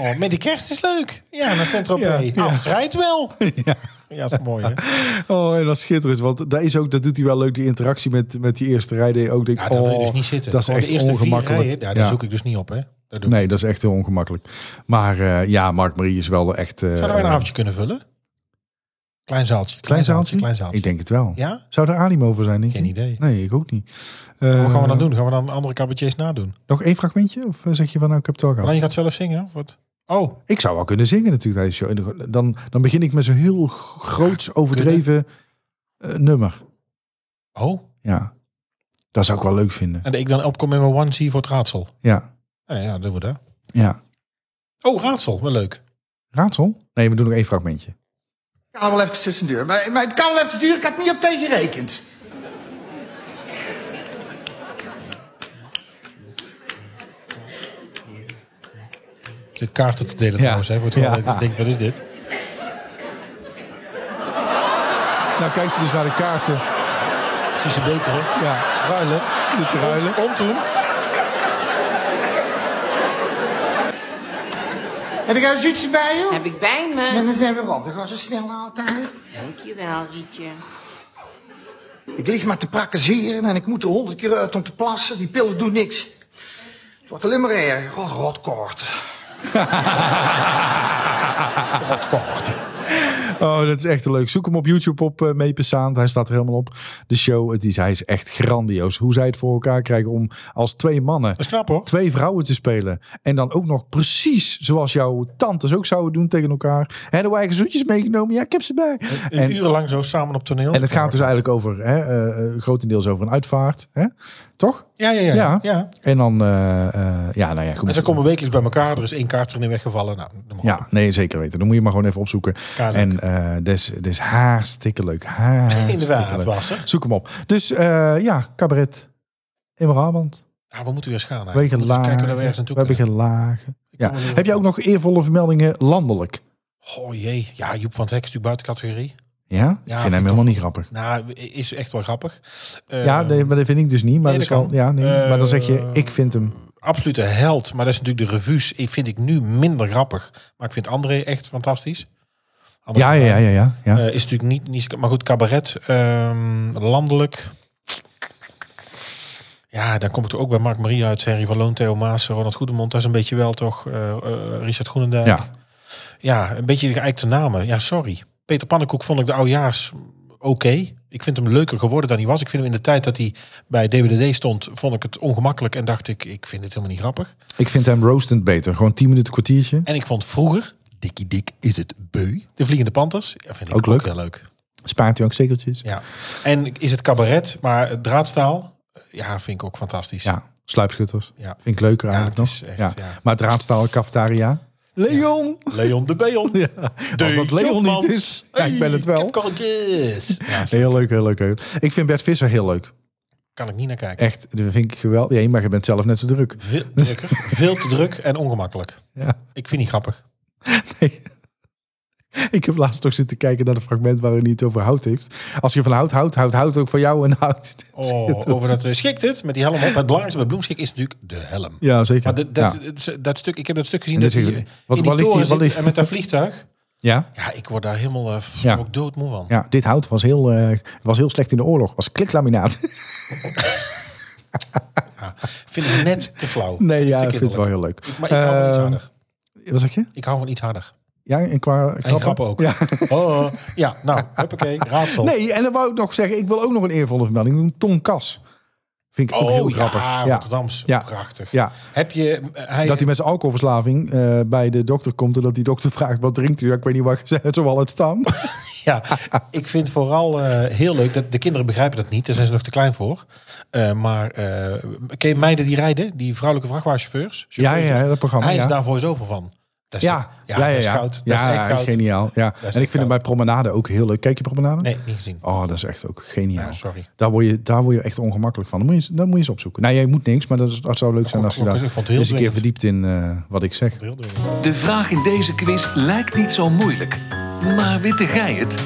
Speaker 3: Oh, met die kerst is leuk. Ja, naar
Speaker 2: Ja,
Speaker 3: Saint-Tropez.
Speaker 2: ja.
Speaker 3: Ja, rijdt wel. Ja. dat is mooi, hè?
Speaker 2: Oh, en dat is schitterend. Want daar is ook, dat doet hij wel leuk, die interactie met, met die eerste rij. die Ook denk,
Speaker 3: Ja, daar wil je
Speaker 2: oh,
Speaker 3: dus niet zitten.
Speaker 2: Dat is
Speaker 3: Gewoon
Speaker 2: echt
Speaker 3: de eerste
Speaker 2: ongemakkelijk.
Speaker 3: Vier rijen, ja, daar
Speaker 2: Ja.
Speaker 3: zoek ik dus niet op, hè? Dat doe ik.
Speaker 2: Nee, dat is echt heel ongemakkelijk. Maar eh, ja, Mark Marie is wel echt... eh,
Speaker 3: Zouden wij een
Speaker 2: eh,
Speaker 3: avondje kunnen vullen? Klein zaaltje.
Speaker 2: Klein zaaltje?
Speaker 3: Klein zaaltje.
Speaker 2: Ik denk het wel.
Speaker 3: Ja?
Speaker 2: Zou er animo voor zijn? Denk je?
Speaker 3: Geen idee.
Speaker 2: Nee, ik ook niet.
Speaker 3: Wat gaan we dan
Speaker 2: Eh,
Speaker 3: doen? Gaan we dan andere cabaretiers nadoen?
Speaker 2: Nog één fragmentje? Of eh, zeg je van nou, ik heb het al
Speaker 3: Alleen
Speaker 2: gehad?
Speaker 3: je gaat zelf zingen, of wat? Oh,
Speaker 2: Ik zou wel kunnen zingen natuurlijk tijdens de show. En Dan, dan begin ik met zo'n heel g- groots overdreven eh, nummer.
Speaker 3: oh.
Speaker 2: Ja. Dat zou ik wel leuk vinden.
Speaker 3: En dat ik dan opkom met mijn one C voor het raadsel.
Speaker 2: Ja.
Speaker 3: Ja, ja, doen we dat.
Speaker 2: ja.
Speaker 3: Oh, raadsel. Wel leuk.
Speaker 2: Raadsel? Nee, we doen nog één fragmentje.
Speaker 7: Het kan wel even tussendoor. Maar, maar het kan wel even duren. Ik had er niet op tegen gerekend.
Speaker 3: Er Zit kaarten te delen trouwens, hè? Voor het
Speaker 2: Ja.
Speaker 3: geval dat ik denk, wat is dit?
Speaker 2: Nou, kijk ze dus naar de kaarten.
Speaker 3: Zie ze beter, hè?
Speaker 2: Ja.
Speaker 3: Ruilen.
Speaker 2: De te ruilen.
Speaker 3: Ontoen.
Speaker 7: Heb ik er zoiets bij, joh?
Speaker 11: Heb ik bij
Speaker 7: En
Speaker 11: me.
Speaker 7: dan zijn we op. Dan gaan ze snel altijd.
Speaker 11: Dankjewel, Rietje.
Speaker 7: Ik lig maar te prakazeren en ik moet er honderd keer uit om te plassen. Die pillen doen niks. Het wordt alleen maar erger. God, rotkoort.
Speaker 2: Oh, dat is echt leuk. Zoek hem op YouTube op eh Meepesaand. Hij staat er helemaal op. De show, het is, hij is echt grandioos. Hoe zij het voor elkaar krijgen om als twee mannen
Speaker 3: Dat is knap, hoor.
Speaker 2: twee vrouwen te spelen. En dan ook nog precies zoals jouw tantes ook zouden doen tegen elkaar. Hebben we eigen zoetjes meegenomen? Ja, ik heb ze bij.
Speaker 3: Een
Speaker 2: En-
Speaker 3: uur lang zo samen op toneel.
Speaker 2: En het gaat dus eigenlijk over, hè, eh, eh, grotendeels over een uitvaart. Hè? Toch?
Speaker 3: Ja, ja, ja.
Speaker 2: Ja.
Speaker 3: ja. ja.
Speaker 2: En dan, eh, eh, ja, nou ja, goed.
Speaker 3: En ze komen wekelijks bij elkaar. Er is één kaart erin weggevallen. Nou, noem maar op.
Speaker 2: Ja, nee, zeker weten. Dan moet je maar gewoon even opzoeken.
Speaker 3: Kaarlijk.
Speaker 2: En eh des, des hartstikke leuk. Hartstikke
Speaker 3: Inderdaad,
Speaker 2: leuk.
Speaker 3: was er.
Speaker 2: Zoek hem op. Dus eh, ja, cabaret. In Brabant.
Speaker 3: Ja, ah, we moeten weer eens gaan.
Speaker 2: We
Speaker 3: eigenlijk.
Speaker 2: hebben
Speaker 3: We moeten eens kijken waar we ergens
Speaker 2: lagen. We
Speaker 3: naartoe
Speaker 2: hebben
Speaker 3: kunnen.
Speaker 2: gelagen. Ja.
Speaker 3: kan wel heel
Speaker 2: Heb je ook nog eervolle vermeldingen landelijk?
Speaker 3: Oh jee. Ja, Joep van het Hek is natuurlijk buiten categorie.
Speaker 2: Ja? ik vind
Speaker 3: vind
Speaker 2: hem
Speaker 3: ik
Speaker 2: helemaal niet grappig.
Speaker 3: Nou, is echt wel grappig. Eh,
Speaker 2: ja, nee, maar dat vind ik dus niet. Maar,
Speaker 3: nee,
Speaker 2: dat
Speaker 3: dat
Speaker 2: is wel,
Speaker 3: kan.
Speaker 2: ja, nee, maar dan zeg je,
Speaker 3: Eh,
Speaker 2: ik vind hem.
Speaker 3: Absolute held. Maar dat is natuurlijk de revues. Ik vind ik nu minder grappig. Maar ik vind André echt fantastisch. André
Speaker 2: Ja, ja, ja, ja. ja, ja.
Speaker 3: Eh, is natuurlijk niet, niet... Maar goed, cabaret. ehm, landelijk. Ja, dan kom ik er ook bij Mark Marie uit. Henry van Loon, Theo Maas, Ronald Goedemond. Dat is een beetje wel toch. eh, eh, Richard Groenendijk.
Speaker 2: ja.
Speaker 3: Ja, een beetje de geëikte namen. Ja, sorry. Peter Pannenkoek vond ik de oudejaars oké. Ik vind hem leuker geworden dan hij was. Ik vind hem in de tijd dat hij bij DWDD stond, vond ik het ongemakkelijk. En dacht ik, ik vind dit helemaal niet grappig.
Speaker 2: Ik vind hem roostend beter. Gewoon 10 minuten kwartiertje.
Speaker 3: En ik vond vroeger, Dikkie Dik is het beu. De Vliegende Panthers, ja, vind ik
Speaker 2: Ook
Speaker 3: ook,
Speaker 2: leuk.
Speaker 3: heel leuk.
Speaker 2: Spaart u ook stekeltjes?
Speaker 3: Ja. En is het cabaret, maar draadstaal, ja, vind ik ook fantastisch.
Speaker 2: Ja, sluipschutters.
Speaker 3: Ja.
Speaker 2: Vind ik leuker
Speaker 3: Ja,
Speaker 2: eigenlijk
Speaker 3: het
Speaker 2: nog.
Speaker 3: is echt, ja.
Speaker 2: Maar het raadstaal cafetaria. Leon!
Speaker 3: Leon de Beon.
Speaker 2: Ja. Als dat Leon
Speaker 3: Jongmans.
Speaker 2: niet is. Ja, ik ben het
Speaker 3: Hey,
Speaker 2: wel.
Speaker 3: kipkorreltjes. Ja,
Speaker 2: Heel leuk, heel leuk, heel leuk. Ik vind Bert Visser heel leuk.
Speaker 3: kan ik niet naar kijken.
Speaker 2: Echt, dat vind ik geweldig. Ja, maar je bent zelf net zo druk.
Speaker 3: Veel, drukker, veel te druk en ongemakkelijk.
Speaker 2: Ja.
Speaker 3: Ik vind niet grappig.
Speaker 2: Nee. Ik heb laatst toch zitten kijken naar het fragment waar hij het over hout heeft. Als je van hout houdt, houdt hout ook van jou en hout.
Speaker 3: Oh, over dat eh, schikt het met die helm op. Het belangrijkste bij bloemschik is natuurlijk de helm.
Speaker 2: Ja, zeker.
Speaker 3: Maar dat, dat,
Speaker 2: ja.
Speaker 3: dat, dat stuk, ik heb dat stuk gezien
Speaker 2: En
Speaker 3: dat
Speaker 2: dit
Speaker 3: hij
Speaker 2: is-
Speaker 3: eh,
Speaker 2: wat-
Speaker 3: in die
Speaker 2: waar ligt die- waar
Speaker 3: toren zit
Speaker 2: ligt-
Speaker 3: en met dat vliegtuig.
Speaker 2: Ja.
Speaker 3: Ja, ik word daar helemaal eh, pff,
Speaker 2: Ja.
Speaker 3: ook doodmoe van.
Speaker 2: ja, dit hout was heel, eh, was heel slecht in de oorlog. Was kliklaminaat.
Speaker 3: Ja. Vind ik net te flauw.
Speaker 2: nee,
Speaker 3: Vind
Speaker 2: ja,
Speaker 3: te
Speaker 2: ik vind het wel
Speaker 3: kinderlijk.
Speaker 2: heel leuk.
Speaker 3: Ik- Maar ik hou van iets
Speaker 2: Eh,
Speaker 3: harder.
Speaker 2: Wat zeg je?
Speaker 3: Ik hou van iets harder.
Speaker 2: Ja, en qua
Speaker 3: En
Speaker 2: grappen?
Speaker 3: grappen ook.
Speaker 2: Ja.
Speaker 3: Oh, ja, nou, huppakee, raadsel.
Speaker 2: Nee, en dan wou ik nog zeggen, ik wil ook nog een eervolle vermelding doen. Tom Kas. Vind ik ook heel
Speaker 3: Oh ja,
Speaker 2: grappig.
Speaker 3: Rotterdams.
Speaker 2: Ja.
Speaker 3: Prachtig.
Speaker 2: Ja.
Speaker 3: Heb je... eh, hij,
Speaker 2: Dat hij met zijn alcoholverslaving eh, bij de dokter komt en dat die dokter vraagt wat drinkt u? Ja, Ik weet niet waar je zegt, zoal het stam.
Speaker 3: Ja, ik vind vooral eh, heel leuk dat de kinderen begrijpen dat niet. Daar zijn ze nog te klein voor. Eh, maar eh ken je meiden die rijden? Die vrouwelijke vrachtwagenchauffeurs?
Speaker 2: Ja, ja, ja, dat programma,
Speaker 3: Hij
Speaker 2: ja.
Speaker 3: is daar voice-over van. Dat is,
Speaker 2: Ja, ja, ja,
Speaker 3: dat is
Speaker 2: ja.
Speaker 3: goud. Dat
Speaker 2: Ja,
Speaker 3: is echt
Speaker 2: hij is
Speaker 3: goud.
Speaker 2: geniaal. Ja. En ik
Speaker 3: echt
Speaker 2: vind hem bij
Speaker 3: goud.
Speaker 2: Promenade ook heel leuk. Kijk je Promenade?
Speaker 3: Nee, niet gezien.
Speaker 2: Oh, dat is echt ook geniaal.
Speaker 3: Ja, sorry.
Speaker 2: Daar word, je, daar word je echt ongemakkelijk van. Dan moet je, dan moet je eens opzoeken. Nou, jij moet niks, maar dat, is- dat zou leuk zijn als je
Speaker 3: Oh, klopt,
Speaker 2: daar
Speaker 3: ik
Speaker 2: eens
Speaker 3: vond het
Speaker 2: een
Speaker 3: heel
Speaker 2: keer
Speaker 3: dwingend.
Speaker 2: verdiept in eh, wat ik zeg.
Speaker 3: Heel dringend.
Speaker 1: De vraag in deze quiz lijkt niet zo moeilijk. Maar witte gij het?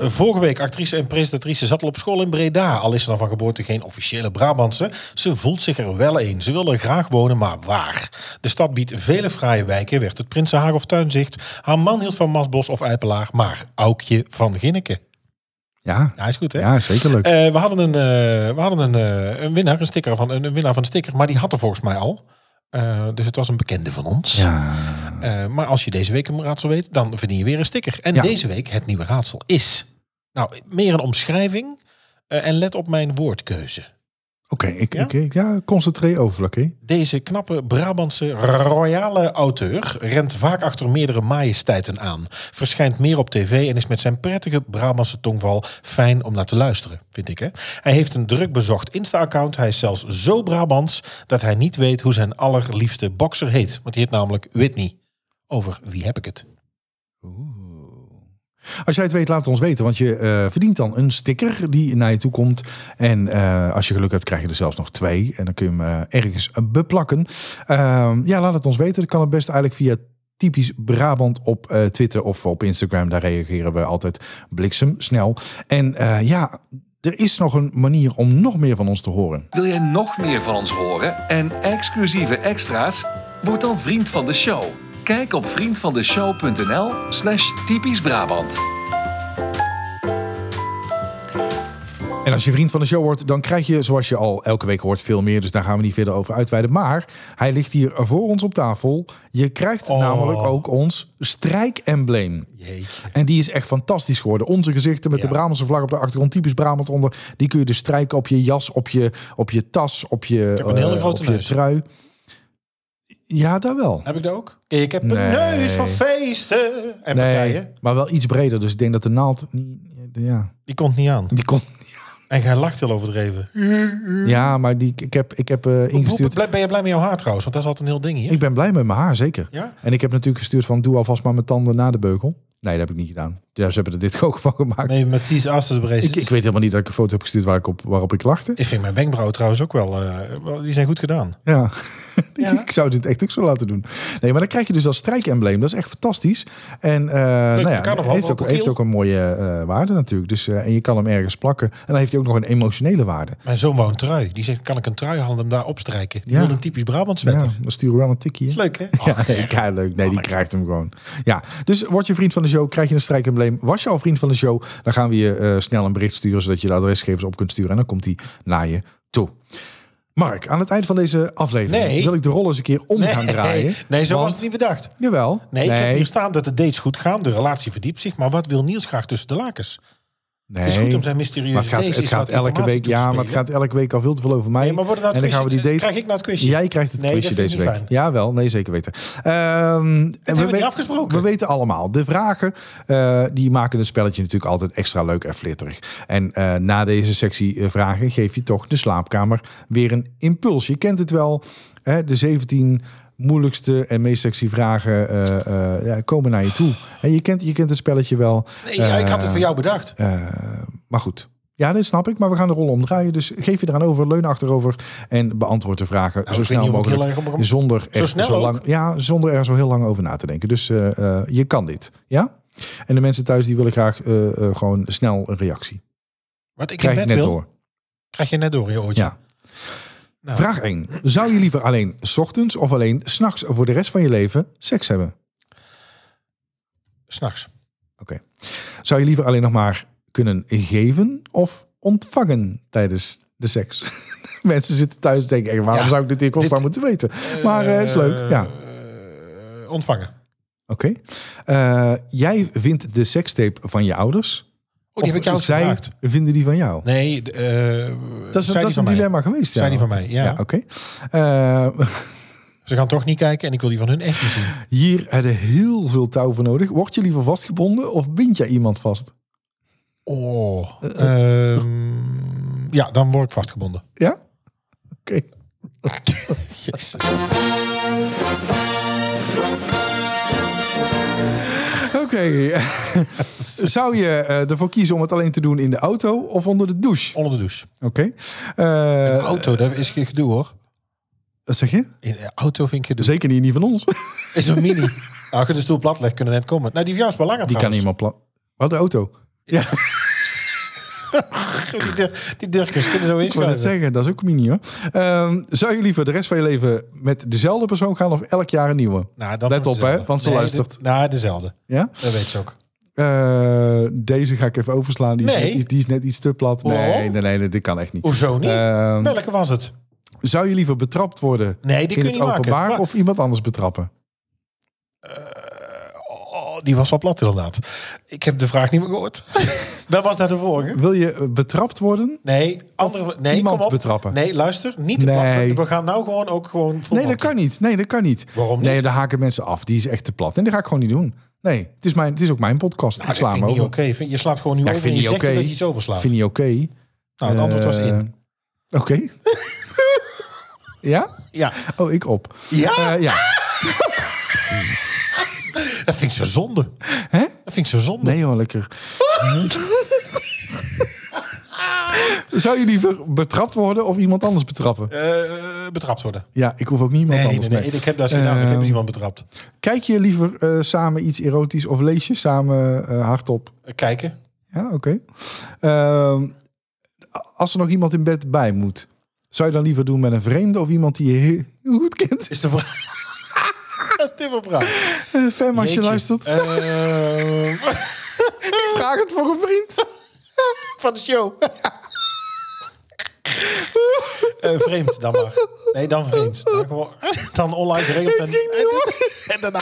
Speaker 3: Eh, Vorige week, actrice en presentatrice zat al op school in Breda. Al is ze dan van geboorte geen officiële Brabantse. Ze voelt zich er wel een. Ze wil er graag wonen, maar waar? De stad biedt vele fraaie wijken. Werd het Prinsenhaag of Tuinzicht. Haar man hield van Masbos of Eipelaar. Maar Aukje van Ginneke.
Speaker 2: Ja,
Speaker 3: Ja, is goed hè?
Speaker 2: ja zeker leuk.
Speaker 3: Eh, we hadden, een, eh, we hadden een, eh, een winnaar, een sticker van een, een winnaar van een sticker, maar die had er volgens mij al. Eh, dus het was een bekende van ons.
Speaker 2: Ja.
Speaker 3: Eh, maar als je deze week een raadsel weet, dan verdien je weer een sticker. En
Speaker 2: Ja.
Speaker 3: deze week het nieuwe raadsel is. Nou, meer een omschrijving. eh, en let op mijn woordkeuze.
Speaker 2: Oké, ik,
Speaker 3: Ja?
Speaker 2: ik, ik- ja, concentreer overvlak. hè.
Speaker 3: Deze knappe Brabantse royale auteur rent vaak achter meerdere majesteiten aan. Verschijnt meer op tv en is met zijn prettige Brabantse tongval fijn om naar te luisteren, vind ik. Hè? Hij heeft een druk bezocht Insta-account. Hij is zelfs zo Brabants dat hij niet weet hoe zijn allerliefste bokser heet. Want die heet namelijk Whitney. Over wie heb ik het?
Speaker 2: Als jij het weet, laat het ons weten. Want je eh, verdient dan een sticker die naar je toe komt. En eh, als je geluk hebt, krijg je er zelfs nog twee. En dan kun je hem eh, ergens eh, beplakken. Ehm, ja, laat het ons weten. Dat kan het best eigenlijk via typisch Brabant op eh, Twitter of op Instagram. Daar reageren we altijd bliksemsnel. En eh, ja, er is nog een manier om nog meer van ons te horen.
Speaker 1: Wil jij nog meer van ons horen en exclusieve extra's? Word dan vriend van de show. Kijk op vriendvandeshow.nl slash typisch Brabant.
Speaker 2: En als je vriend van de show wordt, dan krijg je, zoals je al elke week hoort, veel meer. Dus daar gaan we niet verder over uitweiden. Maar hij ligt hier voor ons op tafel. Je krijgt
Speaker 3: Oh.
Speaker 2: namelijk ook ons strijkembleem.
Speaker 3: Jeetje.
Speaker 2: En die is echt fantastisch geworden. Onze gezichten met
Speaker 3: Ja.
Speaker 2: de Brabantse vlag op de achtergrond, typisch Brabant onder. Die kun je dus strijken op je jas, op je, op je tas, op je,
Speaker 3: heb een hele
Speaker 2: eh,
Speaker 3: grote
Speaker 2: op je
Speaker 3: neus.
Speaker 2: trui. Ja, daar wel.
Speaker 3: Heb ik dat ook? Ik heb een
Speaker 2: Nee.
Speaker 3: neus voor feesten en partijen.
Speaker 2: maar wel iets breder. Dus ik denk dat de naald niet, ja,
Speaker 3: Die komt niet aan.
Speaker 2: die kon.
Speaker 3: En jij lacht heel overdreven.
Speaker 2: Ja, maar die, ik heb, ik heb eh, ingestuurd.
Speaker 3: Hoe- Ben je blij met jouw haar trouwens? Want dat is altijd een heel ding hier.
Speaker 2: Ik ben blij met mijn haar, zeker.
Speaker 3: Ja?
Speaker 2: En ik heb natuurlijk gestuurd van doe alvast maar mijn tanden na de beugel. Nee, dat heb ik niet gedaan. Ja, ze hebben er dit ook van gemaakt.
Speaker 3: Nee, Mathies Asters
Speaker 2: ik, ik weet helemaal niet dat ik een foto heb gestuurd waar ik op, waarop ik lachte.
Speaker 3: Ik vind mijn wenkbrauwen trouwens ook wel, eh, wel- Die zijn goed gedaan.
Speaker 2: Ja. ik zou dit echt ook zo laten doen. Nee, maar dan krijg je dus dat strijkembleem. Dat is echt fantastisch. En eh nou ja,
Speaker 3: carnaval,
Speaker 2: heeft,
Speaker 3: maar
Speaker 2: ook,
Speaker 3: op een
Speaker 2: heeft
Speaker 3: kiel.
Speaker 2: ook een mooie eh, waarde natuurlijk. Dus, eh, en je kan hem ergens plakken. En dan heeft hij ook nog een emotionele waarde.
Speaker 3: Mijn zoon wou een trui. Die zegt, kan ik een trui halen en hem daar opstrijken? Die
Speaker 2: Ja.
Speaker 3: wilde een typisch Brabants
Speaker 2: Ja, Oh,
Speaker 3: wetter.
Speaker 2: dan sturen we wel een tikkie. hè?
Speaker 3: Leuk, hè?
Speaker 2: Ja, nee, kei leuk. Nee,
Speaker 3: Oh
Speaker 2: die krijgt hem gewoon. Ja, dus word je vriend van de show, krijg je een strijkembleem. Was je al vriend van de show, dan gaan we je eh, snel een bericht sturen... zodat je de adresgevers op kunt sturen en dan komt die naar je toe. Mark, aan het eind van deze aflevering
Speaker 3: Nee.
Speaker 2: wil ik de rol eens een keer om gaan draaien.
Speaker 3: nee, zo was
Speaker 2: want-
Speaker 3: het niet bedacht.
Speaker 2: Jawel.
Speaker 3: Nee, ik heb
Speaker 2: nee,
Speaker 3: hier staan dat de dates goed gaan. De relatie verdiept zich. Maar wat wil Niels graag tussen de lakens?
Speaker 2: nee.
Speaker 3: Het is goed om zijn mysterieuze
Speaker 2: Maar het gaat,
Speaker 3: dates
Speaker 2: het
Speaker 3: is
Speaker 2: gaat
Speaker 3: wat
Speaker 2: elke
Speaker 3: informatie
Speaker 2: week,
Speaker 3: toe te
Speaker 2: ja, maar het
Speaker 3: spelen.
Speaker 2: gaat elke week al veel te veel over mij.
Speaker 3: Nee, maar wordt het nou
Speaker 2: en
Speaker 3: het
Speaker 2: dan gaan we die
Speaker 3: quizje?
Speaker 2: date.
Speaker 3: Krijg ik nou het quizje?
Speaker 2: Jij krijgt het
Speaker 3: Nee, dat
Speaker 2: quizje
Speaker 3: vind ik
Speaker 2: deze
Speaker 3: niet
Speaker 2: week. Ja, wel, nee, zeker weten. Ehm, en we
Speaker 3: niet
Speaker 2: weten-
Speaker 3: afgesproken.
Speaker 2: We weten allemaal. De vragen eh, die maken het spelletje natuurlijk altijd extra leuk en flitterig. En eh, na deze sectie eh, vragen geef je toch de slaapkamer weer een impuls. Je kent het wel, hè, de 17 moeilijkste en meest sexy vragen eh, eh, ja, komen naar je toe. En je kent, je kent het spelletje wel.
Speaker 3: Nee, ja, ik had het
Speaker 2: Eh,
Speaker 3: voor jou bedacht.
Speaker 2: eh, maar goed. Ja, dit snap ik, maar we gaan de rollen omdraaien. Dus geef je eraan over, leun achterover en beantwoord de vragen zo
Speaker 3: Nou, ik weet
Speaker 2: snel
Speaker 3: niet of ik heel
Speaker 2: mogelijk.
Speaker 3: erg om-
Speaker 2: Zonder
Speaker 3: Zo
Speaker 2: er
Speaker 3: snel ook?
Speaker 2: lang, ja, zonder er zo heel lang over na te denken. Dus eh, eh, je kan dit, ja? En de mensen thuis die willen graag eh, eh, gewoon snel een reactie.
Speaker 3: Wat ik in
Speaker 2: Krijg je
Speaker 3: bed
Speaker 2: net
Speaker 3: wil,
Speaker 2: door.
Speaker 3: krijg je net door in je oortje.
Speaker 2: Ja. Vraag 1. Zou je liever alleen 's ochtends of alleen 's nachts voor de rest van je leven seks hebben?
Speaker 3: S'nachts.
Speaker 2: Oké. Zou je liever alleen nog maar kunnen geven of ontvangen tijdens de seks? Mensen zitten thuis en denken, "Hey, waarom
Speaker 3: Ja,
Speaker 2: zou ik dit hier constant moeten weten? Maar eh, is leuk, ja. Oké.
Speaker 3: Eh, ontvangen.
Speaker 2: Eh, jij vindt de sekstape van je ouders?
Speaker 3: Oh, die heb ik jou
Speaker 2: of zij
Speaker 3: gevraagd.
Speaker 2: vinden die van jou?
Speaker 3: Nee, de, eh,
Speaker 2: dat is,
Speaker 3: zijn
Speaker 2: dat
Speaker 3: die
Speaker 2: is een
Speaker 3: van mij.
Speaker 2: dilemma geweest.
Speaker 3: Zijn die van mij, ja.
Speaker 2: Oké. Eh,
Speaker 3: Ze gaan toch niet kijken en ik wil die van hun echt niet zien.
Speaker 2: hier hadden heel veel touw voor nodig. Word je liever vastgebonden of bind jij iemand vast?
Speaker 3: Oh. ehm, ja, dan word ik vastgebonden.
Speaker 2: Ja? Oké.
Speaker 3: Jezus.
Speaker 2: Oké. Zou je eh, ervoor kiezen om het alleen te doen in de auto of onder de douche?
Speaker 3: Onder de douche.
Speaker 2: Oké. Eh,
Speaker 3: auto, daar is geen gedoe hoor.
Speaker 2: wat zeg je?
Speaker 3: In een auto vind ik gedoe.
Speaker 2: Zeker niet, niet van ons.
Speaker 3: Is een mini. Nou, als je de stoel plat legt, kunnen net komen. Nou, die van jou is wel langer
Speaker 2: Die kan
Speaker 3: trouwens.
Speaker 2: iemand plat. Wat de auto? Ja,
Speaker 3: Die, dur- die durkers kunnen
Speaker 2: ik wil
Speaker 3: zo
Speaker 2: net
Speaker 3: inschuiven.
Speaker 2: zeggen. Dat is ook mini hoor. Ehm, zou je liever de rest van je leven met dezelfde persoon gaan of elk jaar een nieuwe?
Speaker 3: Nou, dan
Speaker 2: Let op,
Speaker 3: dezelfde.
Speaker 2: hè, want ze
Speaker 3: Nee,
Speaker 2: luistert.
Speaker 3: dit- nou, dezelfde.
Speaker 2: Ja?
Speaker 3: Dat weet ze ook.
Speaker 2: Eh, deze ga ik even overslaan. Die, is,
Speaker 3: Nee.
Speaker 2: net, iets- die is net iets te plat. Nee,
Speaker 3: Waarom?
Speaker 2: nee, nee, nee, dit kan echt niet.
Speaker 3: Hoezo niet?
Speaker 2: Ehm,
Speaker 3: Welke was het?
Speaker 2: zou je liever betrapt worden
Speaker 3: Nee, die
Speaker 2: in
Speaker 3: kun
Speaker 2: het
Speaker 3: je niet maken.
Speaker 2: openbaar
Speaker 3: Maar-
Speaker 2: of iemand anders betrappen?
Speaker 3: Oh, die was wel plat inderdaad. Ik heb de vraag niet meer gehoord. Wel was naar de vorige.
Speaker 2: Wil je eh, betrapt worden
Speaker 3: Nee, andere, nee
Speaker 2: iemand
Speaker 3: kom op.
Speaker 2: betrappen.
Speaker 3: Nee, luister. Niet
Speaker 2: Nee.
Speaker 3: nee. We gaan nou gewoon ook gewoon... vol-
Speaker 2: Nee, dat kan niet. Nee, dat kan niet.
Speaker 3: Waarom niet?
Speaker 2: Nee, daar haken mensen af. Die is echt te plat. En dat ga ik gewoon niet doen. Nee, het is, mijn, het is ook mijn podcast.
Speaker 3: Nou,
Speaker 2: ik
Speaker 3: dat
Speaker 2: sla
Speaker 3: vind
Speaker 2: hem
Speaker 3: ik niet
Speaker 2: over.
Speaker 3: oké. Vind- Je slaat gewoon nu
Speaker 2: Ja, Nou, ik
Speaker 3: over en
Speaker 2: vind
Speaker 3: je
Speaker 2: niet
Speaker 3: zegt
Speaker 2: oké.
Speaker 3: dat je iets overslaat.
Speaker 2: Vind niet oké.
Speaker 3: nou, het antwoord was in.
Speaker 2: Eh, Oké. ja?
Speaker 3: Ja,
Speaker 2: Oh, ik op.
Speaker 3: Ja?
Speaker 2: Eh, ja.
Speaker 3: dat vind ik zo zonde. Hè? Dat vind ik zo zonde.
Speaker 2: Nee hoor, lekker. Zou je liever betrapt worden of iemand anders betrappen?
Speaker 3: Eh, betrapt worden.
Speaker 2: Ja, ik hoef ook niemand
Speaker 3: Nee,
Speaker 2: anders.
Speaker 3: nee, nee, Ik heb dat eens gedaan. ik heb eens
Speaker 2: Ehm,
Speaker 3: iemand betrapt.
Speaker 2: Kijk je liever eh, samen iets erotisch of lees je samen eh, hardop?
Speaker 3: Eh, Kijken.
Speaker 2: Ja, oké. Ehm, als er nog iemand in bed bij moet, zou je dan liever doen met een vreemde of iemand die je heel goed kent?
Speaker 3: Is de vraag... dat is dit een vraag.
Speaker 2: Eh, Fem, als je
Speaker 3: Jeetje.
Speaker 2: luistert,
Speaker 3: Ehm,
Speaker 2: vraag het voor een vriend.
Speaker 3: van de show. Eh, vreemd dan maar. Nee, dan vreemd. Dan, gewoon, dan online geregeld. En, en, en daarna...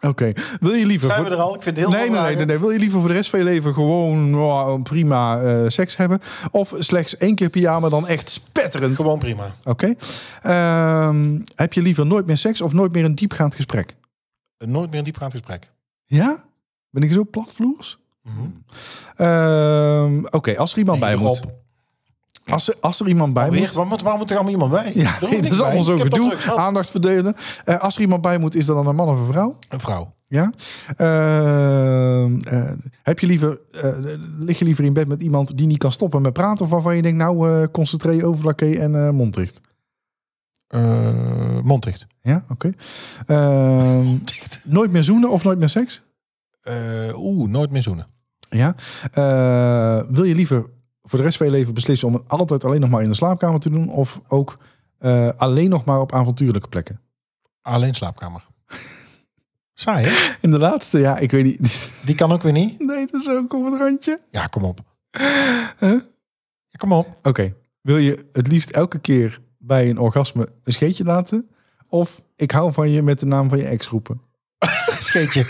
Speaker 2: Oké, wil je liever...
Speaker 3: Zijn
Speaker 2: voor-
Speaker 3: we er al? Ik vind het heel
Speaker 2: Nee, nee, nee, nee, nee. Wil je liever voor de rest van je leven gewoon oh, prima eh, seks hebben? Of slechts één keer per jaar, maar dan echt spetterend? Oké.
Speaker 3: Gewoon prima.
Speaker 2: Ehm, heb je liever nooit meer seks of nooit meer een diepgaand gesprek?
Speaker 3: Nooit meer een diepgaand gesprek.
Speaker 2: Ja? Ben ik zo platvloers?
Speaker 3: Mhm.
Speaker 2: Ehm, Oké, als er iemand
Speaker 3: Nee,
Speaker 2: bij
Speaker 3: doe
Speaker 2: moet.
Speaker 3: op.
Speaker 2: Als er, als er iemand bij
Speaker 3: Alweer?
Speaker 2: moet.
Speaker 3: Waarom, waarom moet er allemaal iemand bij?
Speaker 2: Ja,
Speaker 3: Er hoeft
Speaker 2: het
Speaker 3: niks
Speaker 2: is
Speaker 3: bij.
Speaker 2: allemaal zo
Speaker 3: Ik heb dat
Speaker 2: gedoe.
Speaker 3: druk gehad.
Speaker 2: Aandacht verdelen. Eh, als er iemand bij moet, is dat dan een man of een vrouw?
Speaker 3: Een vrouw.
Speaker 2: Ja. Ehm, eh, heb je liever, eh, lig je liever in bed met iemand die niet kan stoppen met praten? Of waarvan je denkt, nou, eh, concentreer je overlakke en eh mond dicht.
Speaker 3: Eh monddicht.
Speaker 2: Ja, oké. Ehm, nooit meer zoenen of nooit meer seks?
Speaker 3: Eh, Oeh, nooit meer zoenen.
Speaker 2: Ja. Eh, wil je liever voor de rest van je leven beslissen om het altijd alleen nog maar in de slaapkamer te doen? Of ook eh, alleen nog maar op avontuurlijke plekken?
Speaker 3: Alleen slaapkamer. Saai, hè?
Speaker 2: En de laatste, ja, ik weet niet.
Speaker 3: Die kan ook weer niet.
Speaker 2: Nee, dat is ook op het randje.
Speaker 3: Ja, kom op. Ja, kom op.
Speaker 2: Oké. Wil je het liefst elke keer bij een orgasme een scheetje laten? Of ik hou van je met de naam van je ex roepen?
Speaker 3: Scheetje.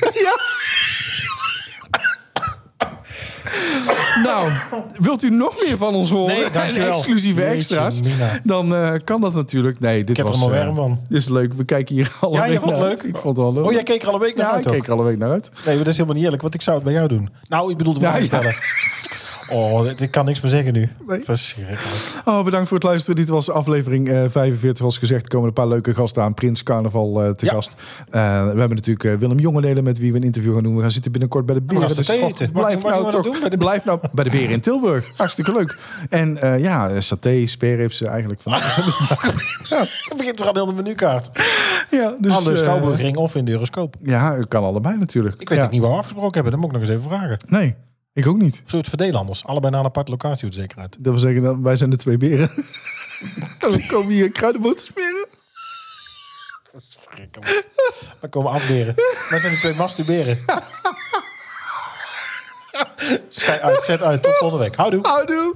Speaker 2: Nou, wilt u nog meer van ons horen?
Speaker 3: Nee, dankjewel.
Speaker 2: En exclusieve
Speaker 3: Jeetje,
Speaker 2: extra's.
Speaker 3: Mina.
Speaker 2: Dan eh, kan dat natuurlijk. Nee, dit
Speaker 3: heb er
Speaker 2: was...
Speaker 3: helemaal
Speaker 2: eh,
Speaker 3: warm van.
Speaker 2: Dit is leuk. We kijken hier alle
Speaker 3: Ja, je
Speaker 2: week
Speaker 3: vond het
Speaker 2: naar
Speaker 3: leuk?
Speaker 2: uit. Ik vond het wel leuk.
Speaker 3: Oh, jij keek er al een week naar
Speaker 2: ja, ik
Speaker 3: uit ook.
Speaker 2: keek er alle week naar uit.
Speaker 3: Nee, maar dat is helemaal niet eerlijk, want ik zou het bij jou doen. Nou, ik bedoel de vraag
Speaker 2: Ja,
Speaker 3: stellen. Oh, dit- ik kan niks meer zeggen nu.
Speaker 2: Nee.
Speaker 3: Verschrikkelijk.
Speaker 2: Oh, bedankt voor het luisteren. Dit was aflevering eh, 45. Zoals gezegd komen een paar leuke gasten aan. Prins Carnaval eh, te
Speaker 3: Ja.
Speaker 2: gast. Eh, we hebben natuurlijk eh, Willem Jongendelen met wie we een interview gaan doen. We gaan zitten binnenkort bij de Beren.
Speaker 3: gaan ze thee
Speaker 2: och,
Speaker 3: eten. Mag-
Speaker 2: blijf
Speaker 3: mag-
Speaker 2: nou
Speaker 3: mag- mag-
Speaker 2: toch.
Speaker 3: doen bij de-
Speaker 2: Blijf nou bij de Beren in Tilburg. Hartstikke leuk. En eh, ja, eh, saté, speerrips eh, eigenlijk van.
Speaker 3: Het begint weer aan heel de menukaart.
Speaker 2: ja, dus,
Speaker 3: Aan de
Speaker 2: eh,
Speaker 3: Schouwburgering of in de Euroscoop.
Speaker 2: Ja, het kan allebei natuurlijk.
Speaker 3: Ik weet
Speaker 2: ja.
Speaker 3: ook niet waar we afgesproken hebben. Dat moet ik nog eens even vragen.
Speaker 2: Nee. Ik ook niet.
Speaker 3: Zullen we het verdelen anders? Allebei naar een aparte locatie, hoe het zeker uit.
Speaker 2: Dat wil zeggen, dat wij zijn de twee beren. en we komen hier kruidenboter smeren.
Speaker 3: Dan komen we afberen. Dan zijn de twee masturberen. Schij uit, zet uit. Tot volgende week. Houdoe.
Speaker 2: Houdoe.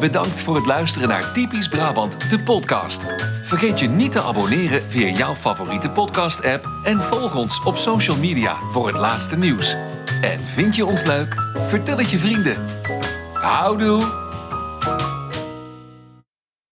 Speaker 1: Bedankt voor het luisteren naar Typisch Brabant, de podcast. Vergeet je niet te abonneren via jouw favoriete podcast-app en volg ons op social media voor het laatste nieuws. En vind je ons leuk? Vertel het je vrienden. Houdoe!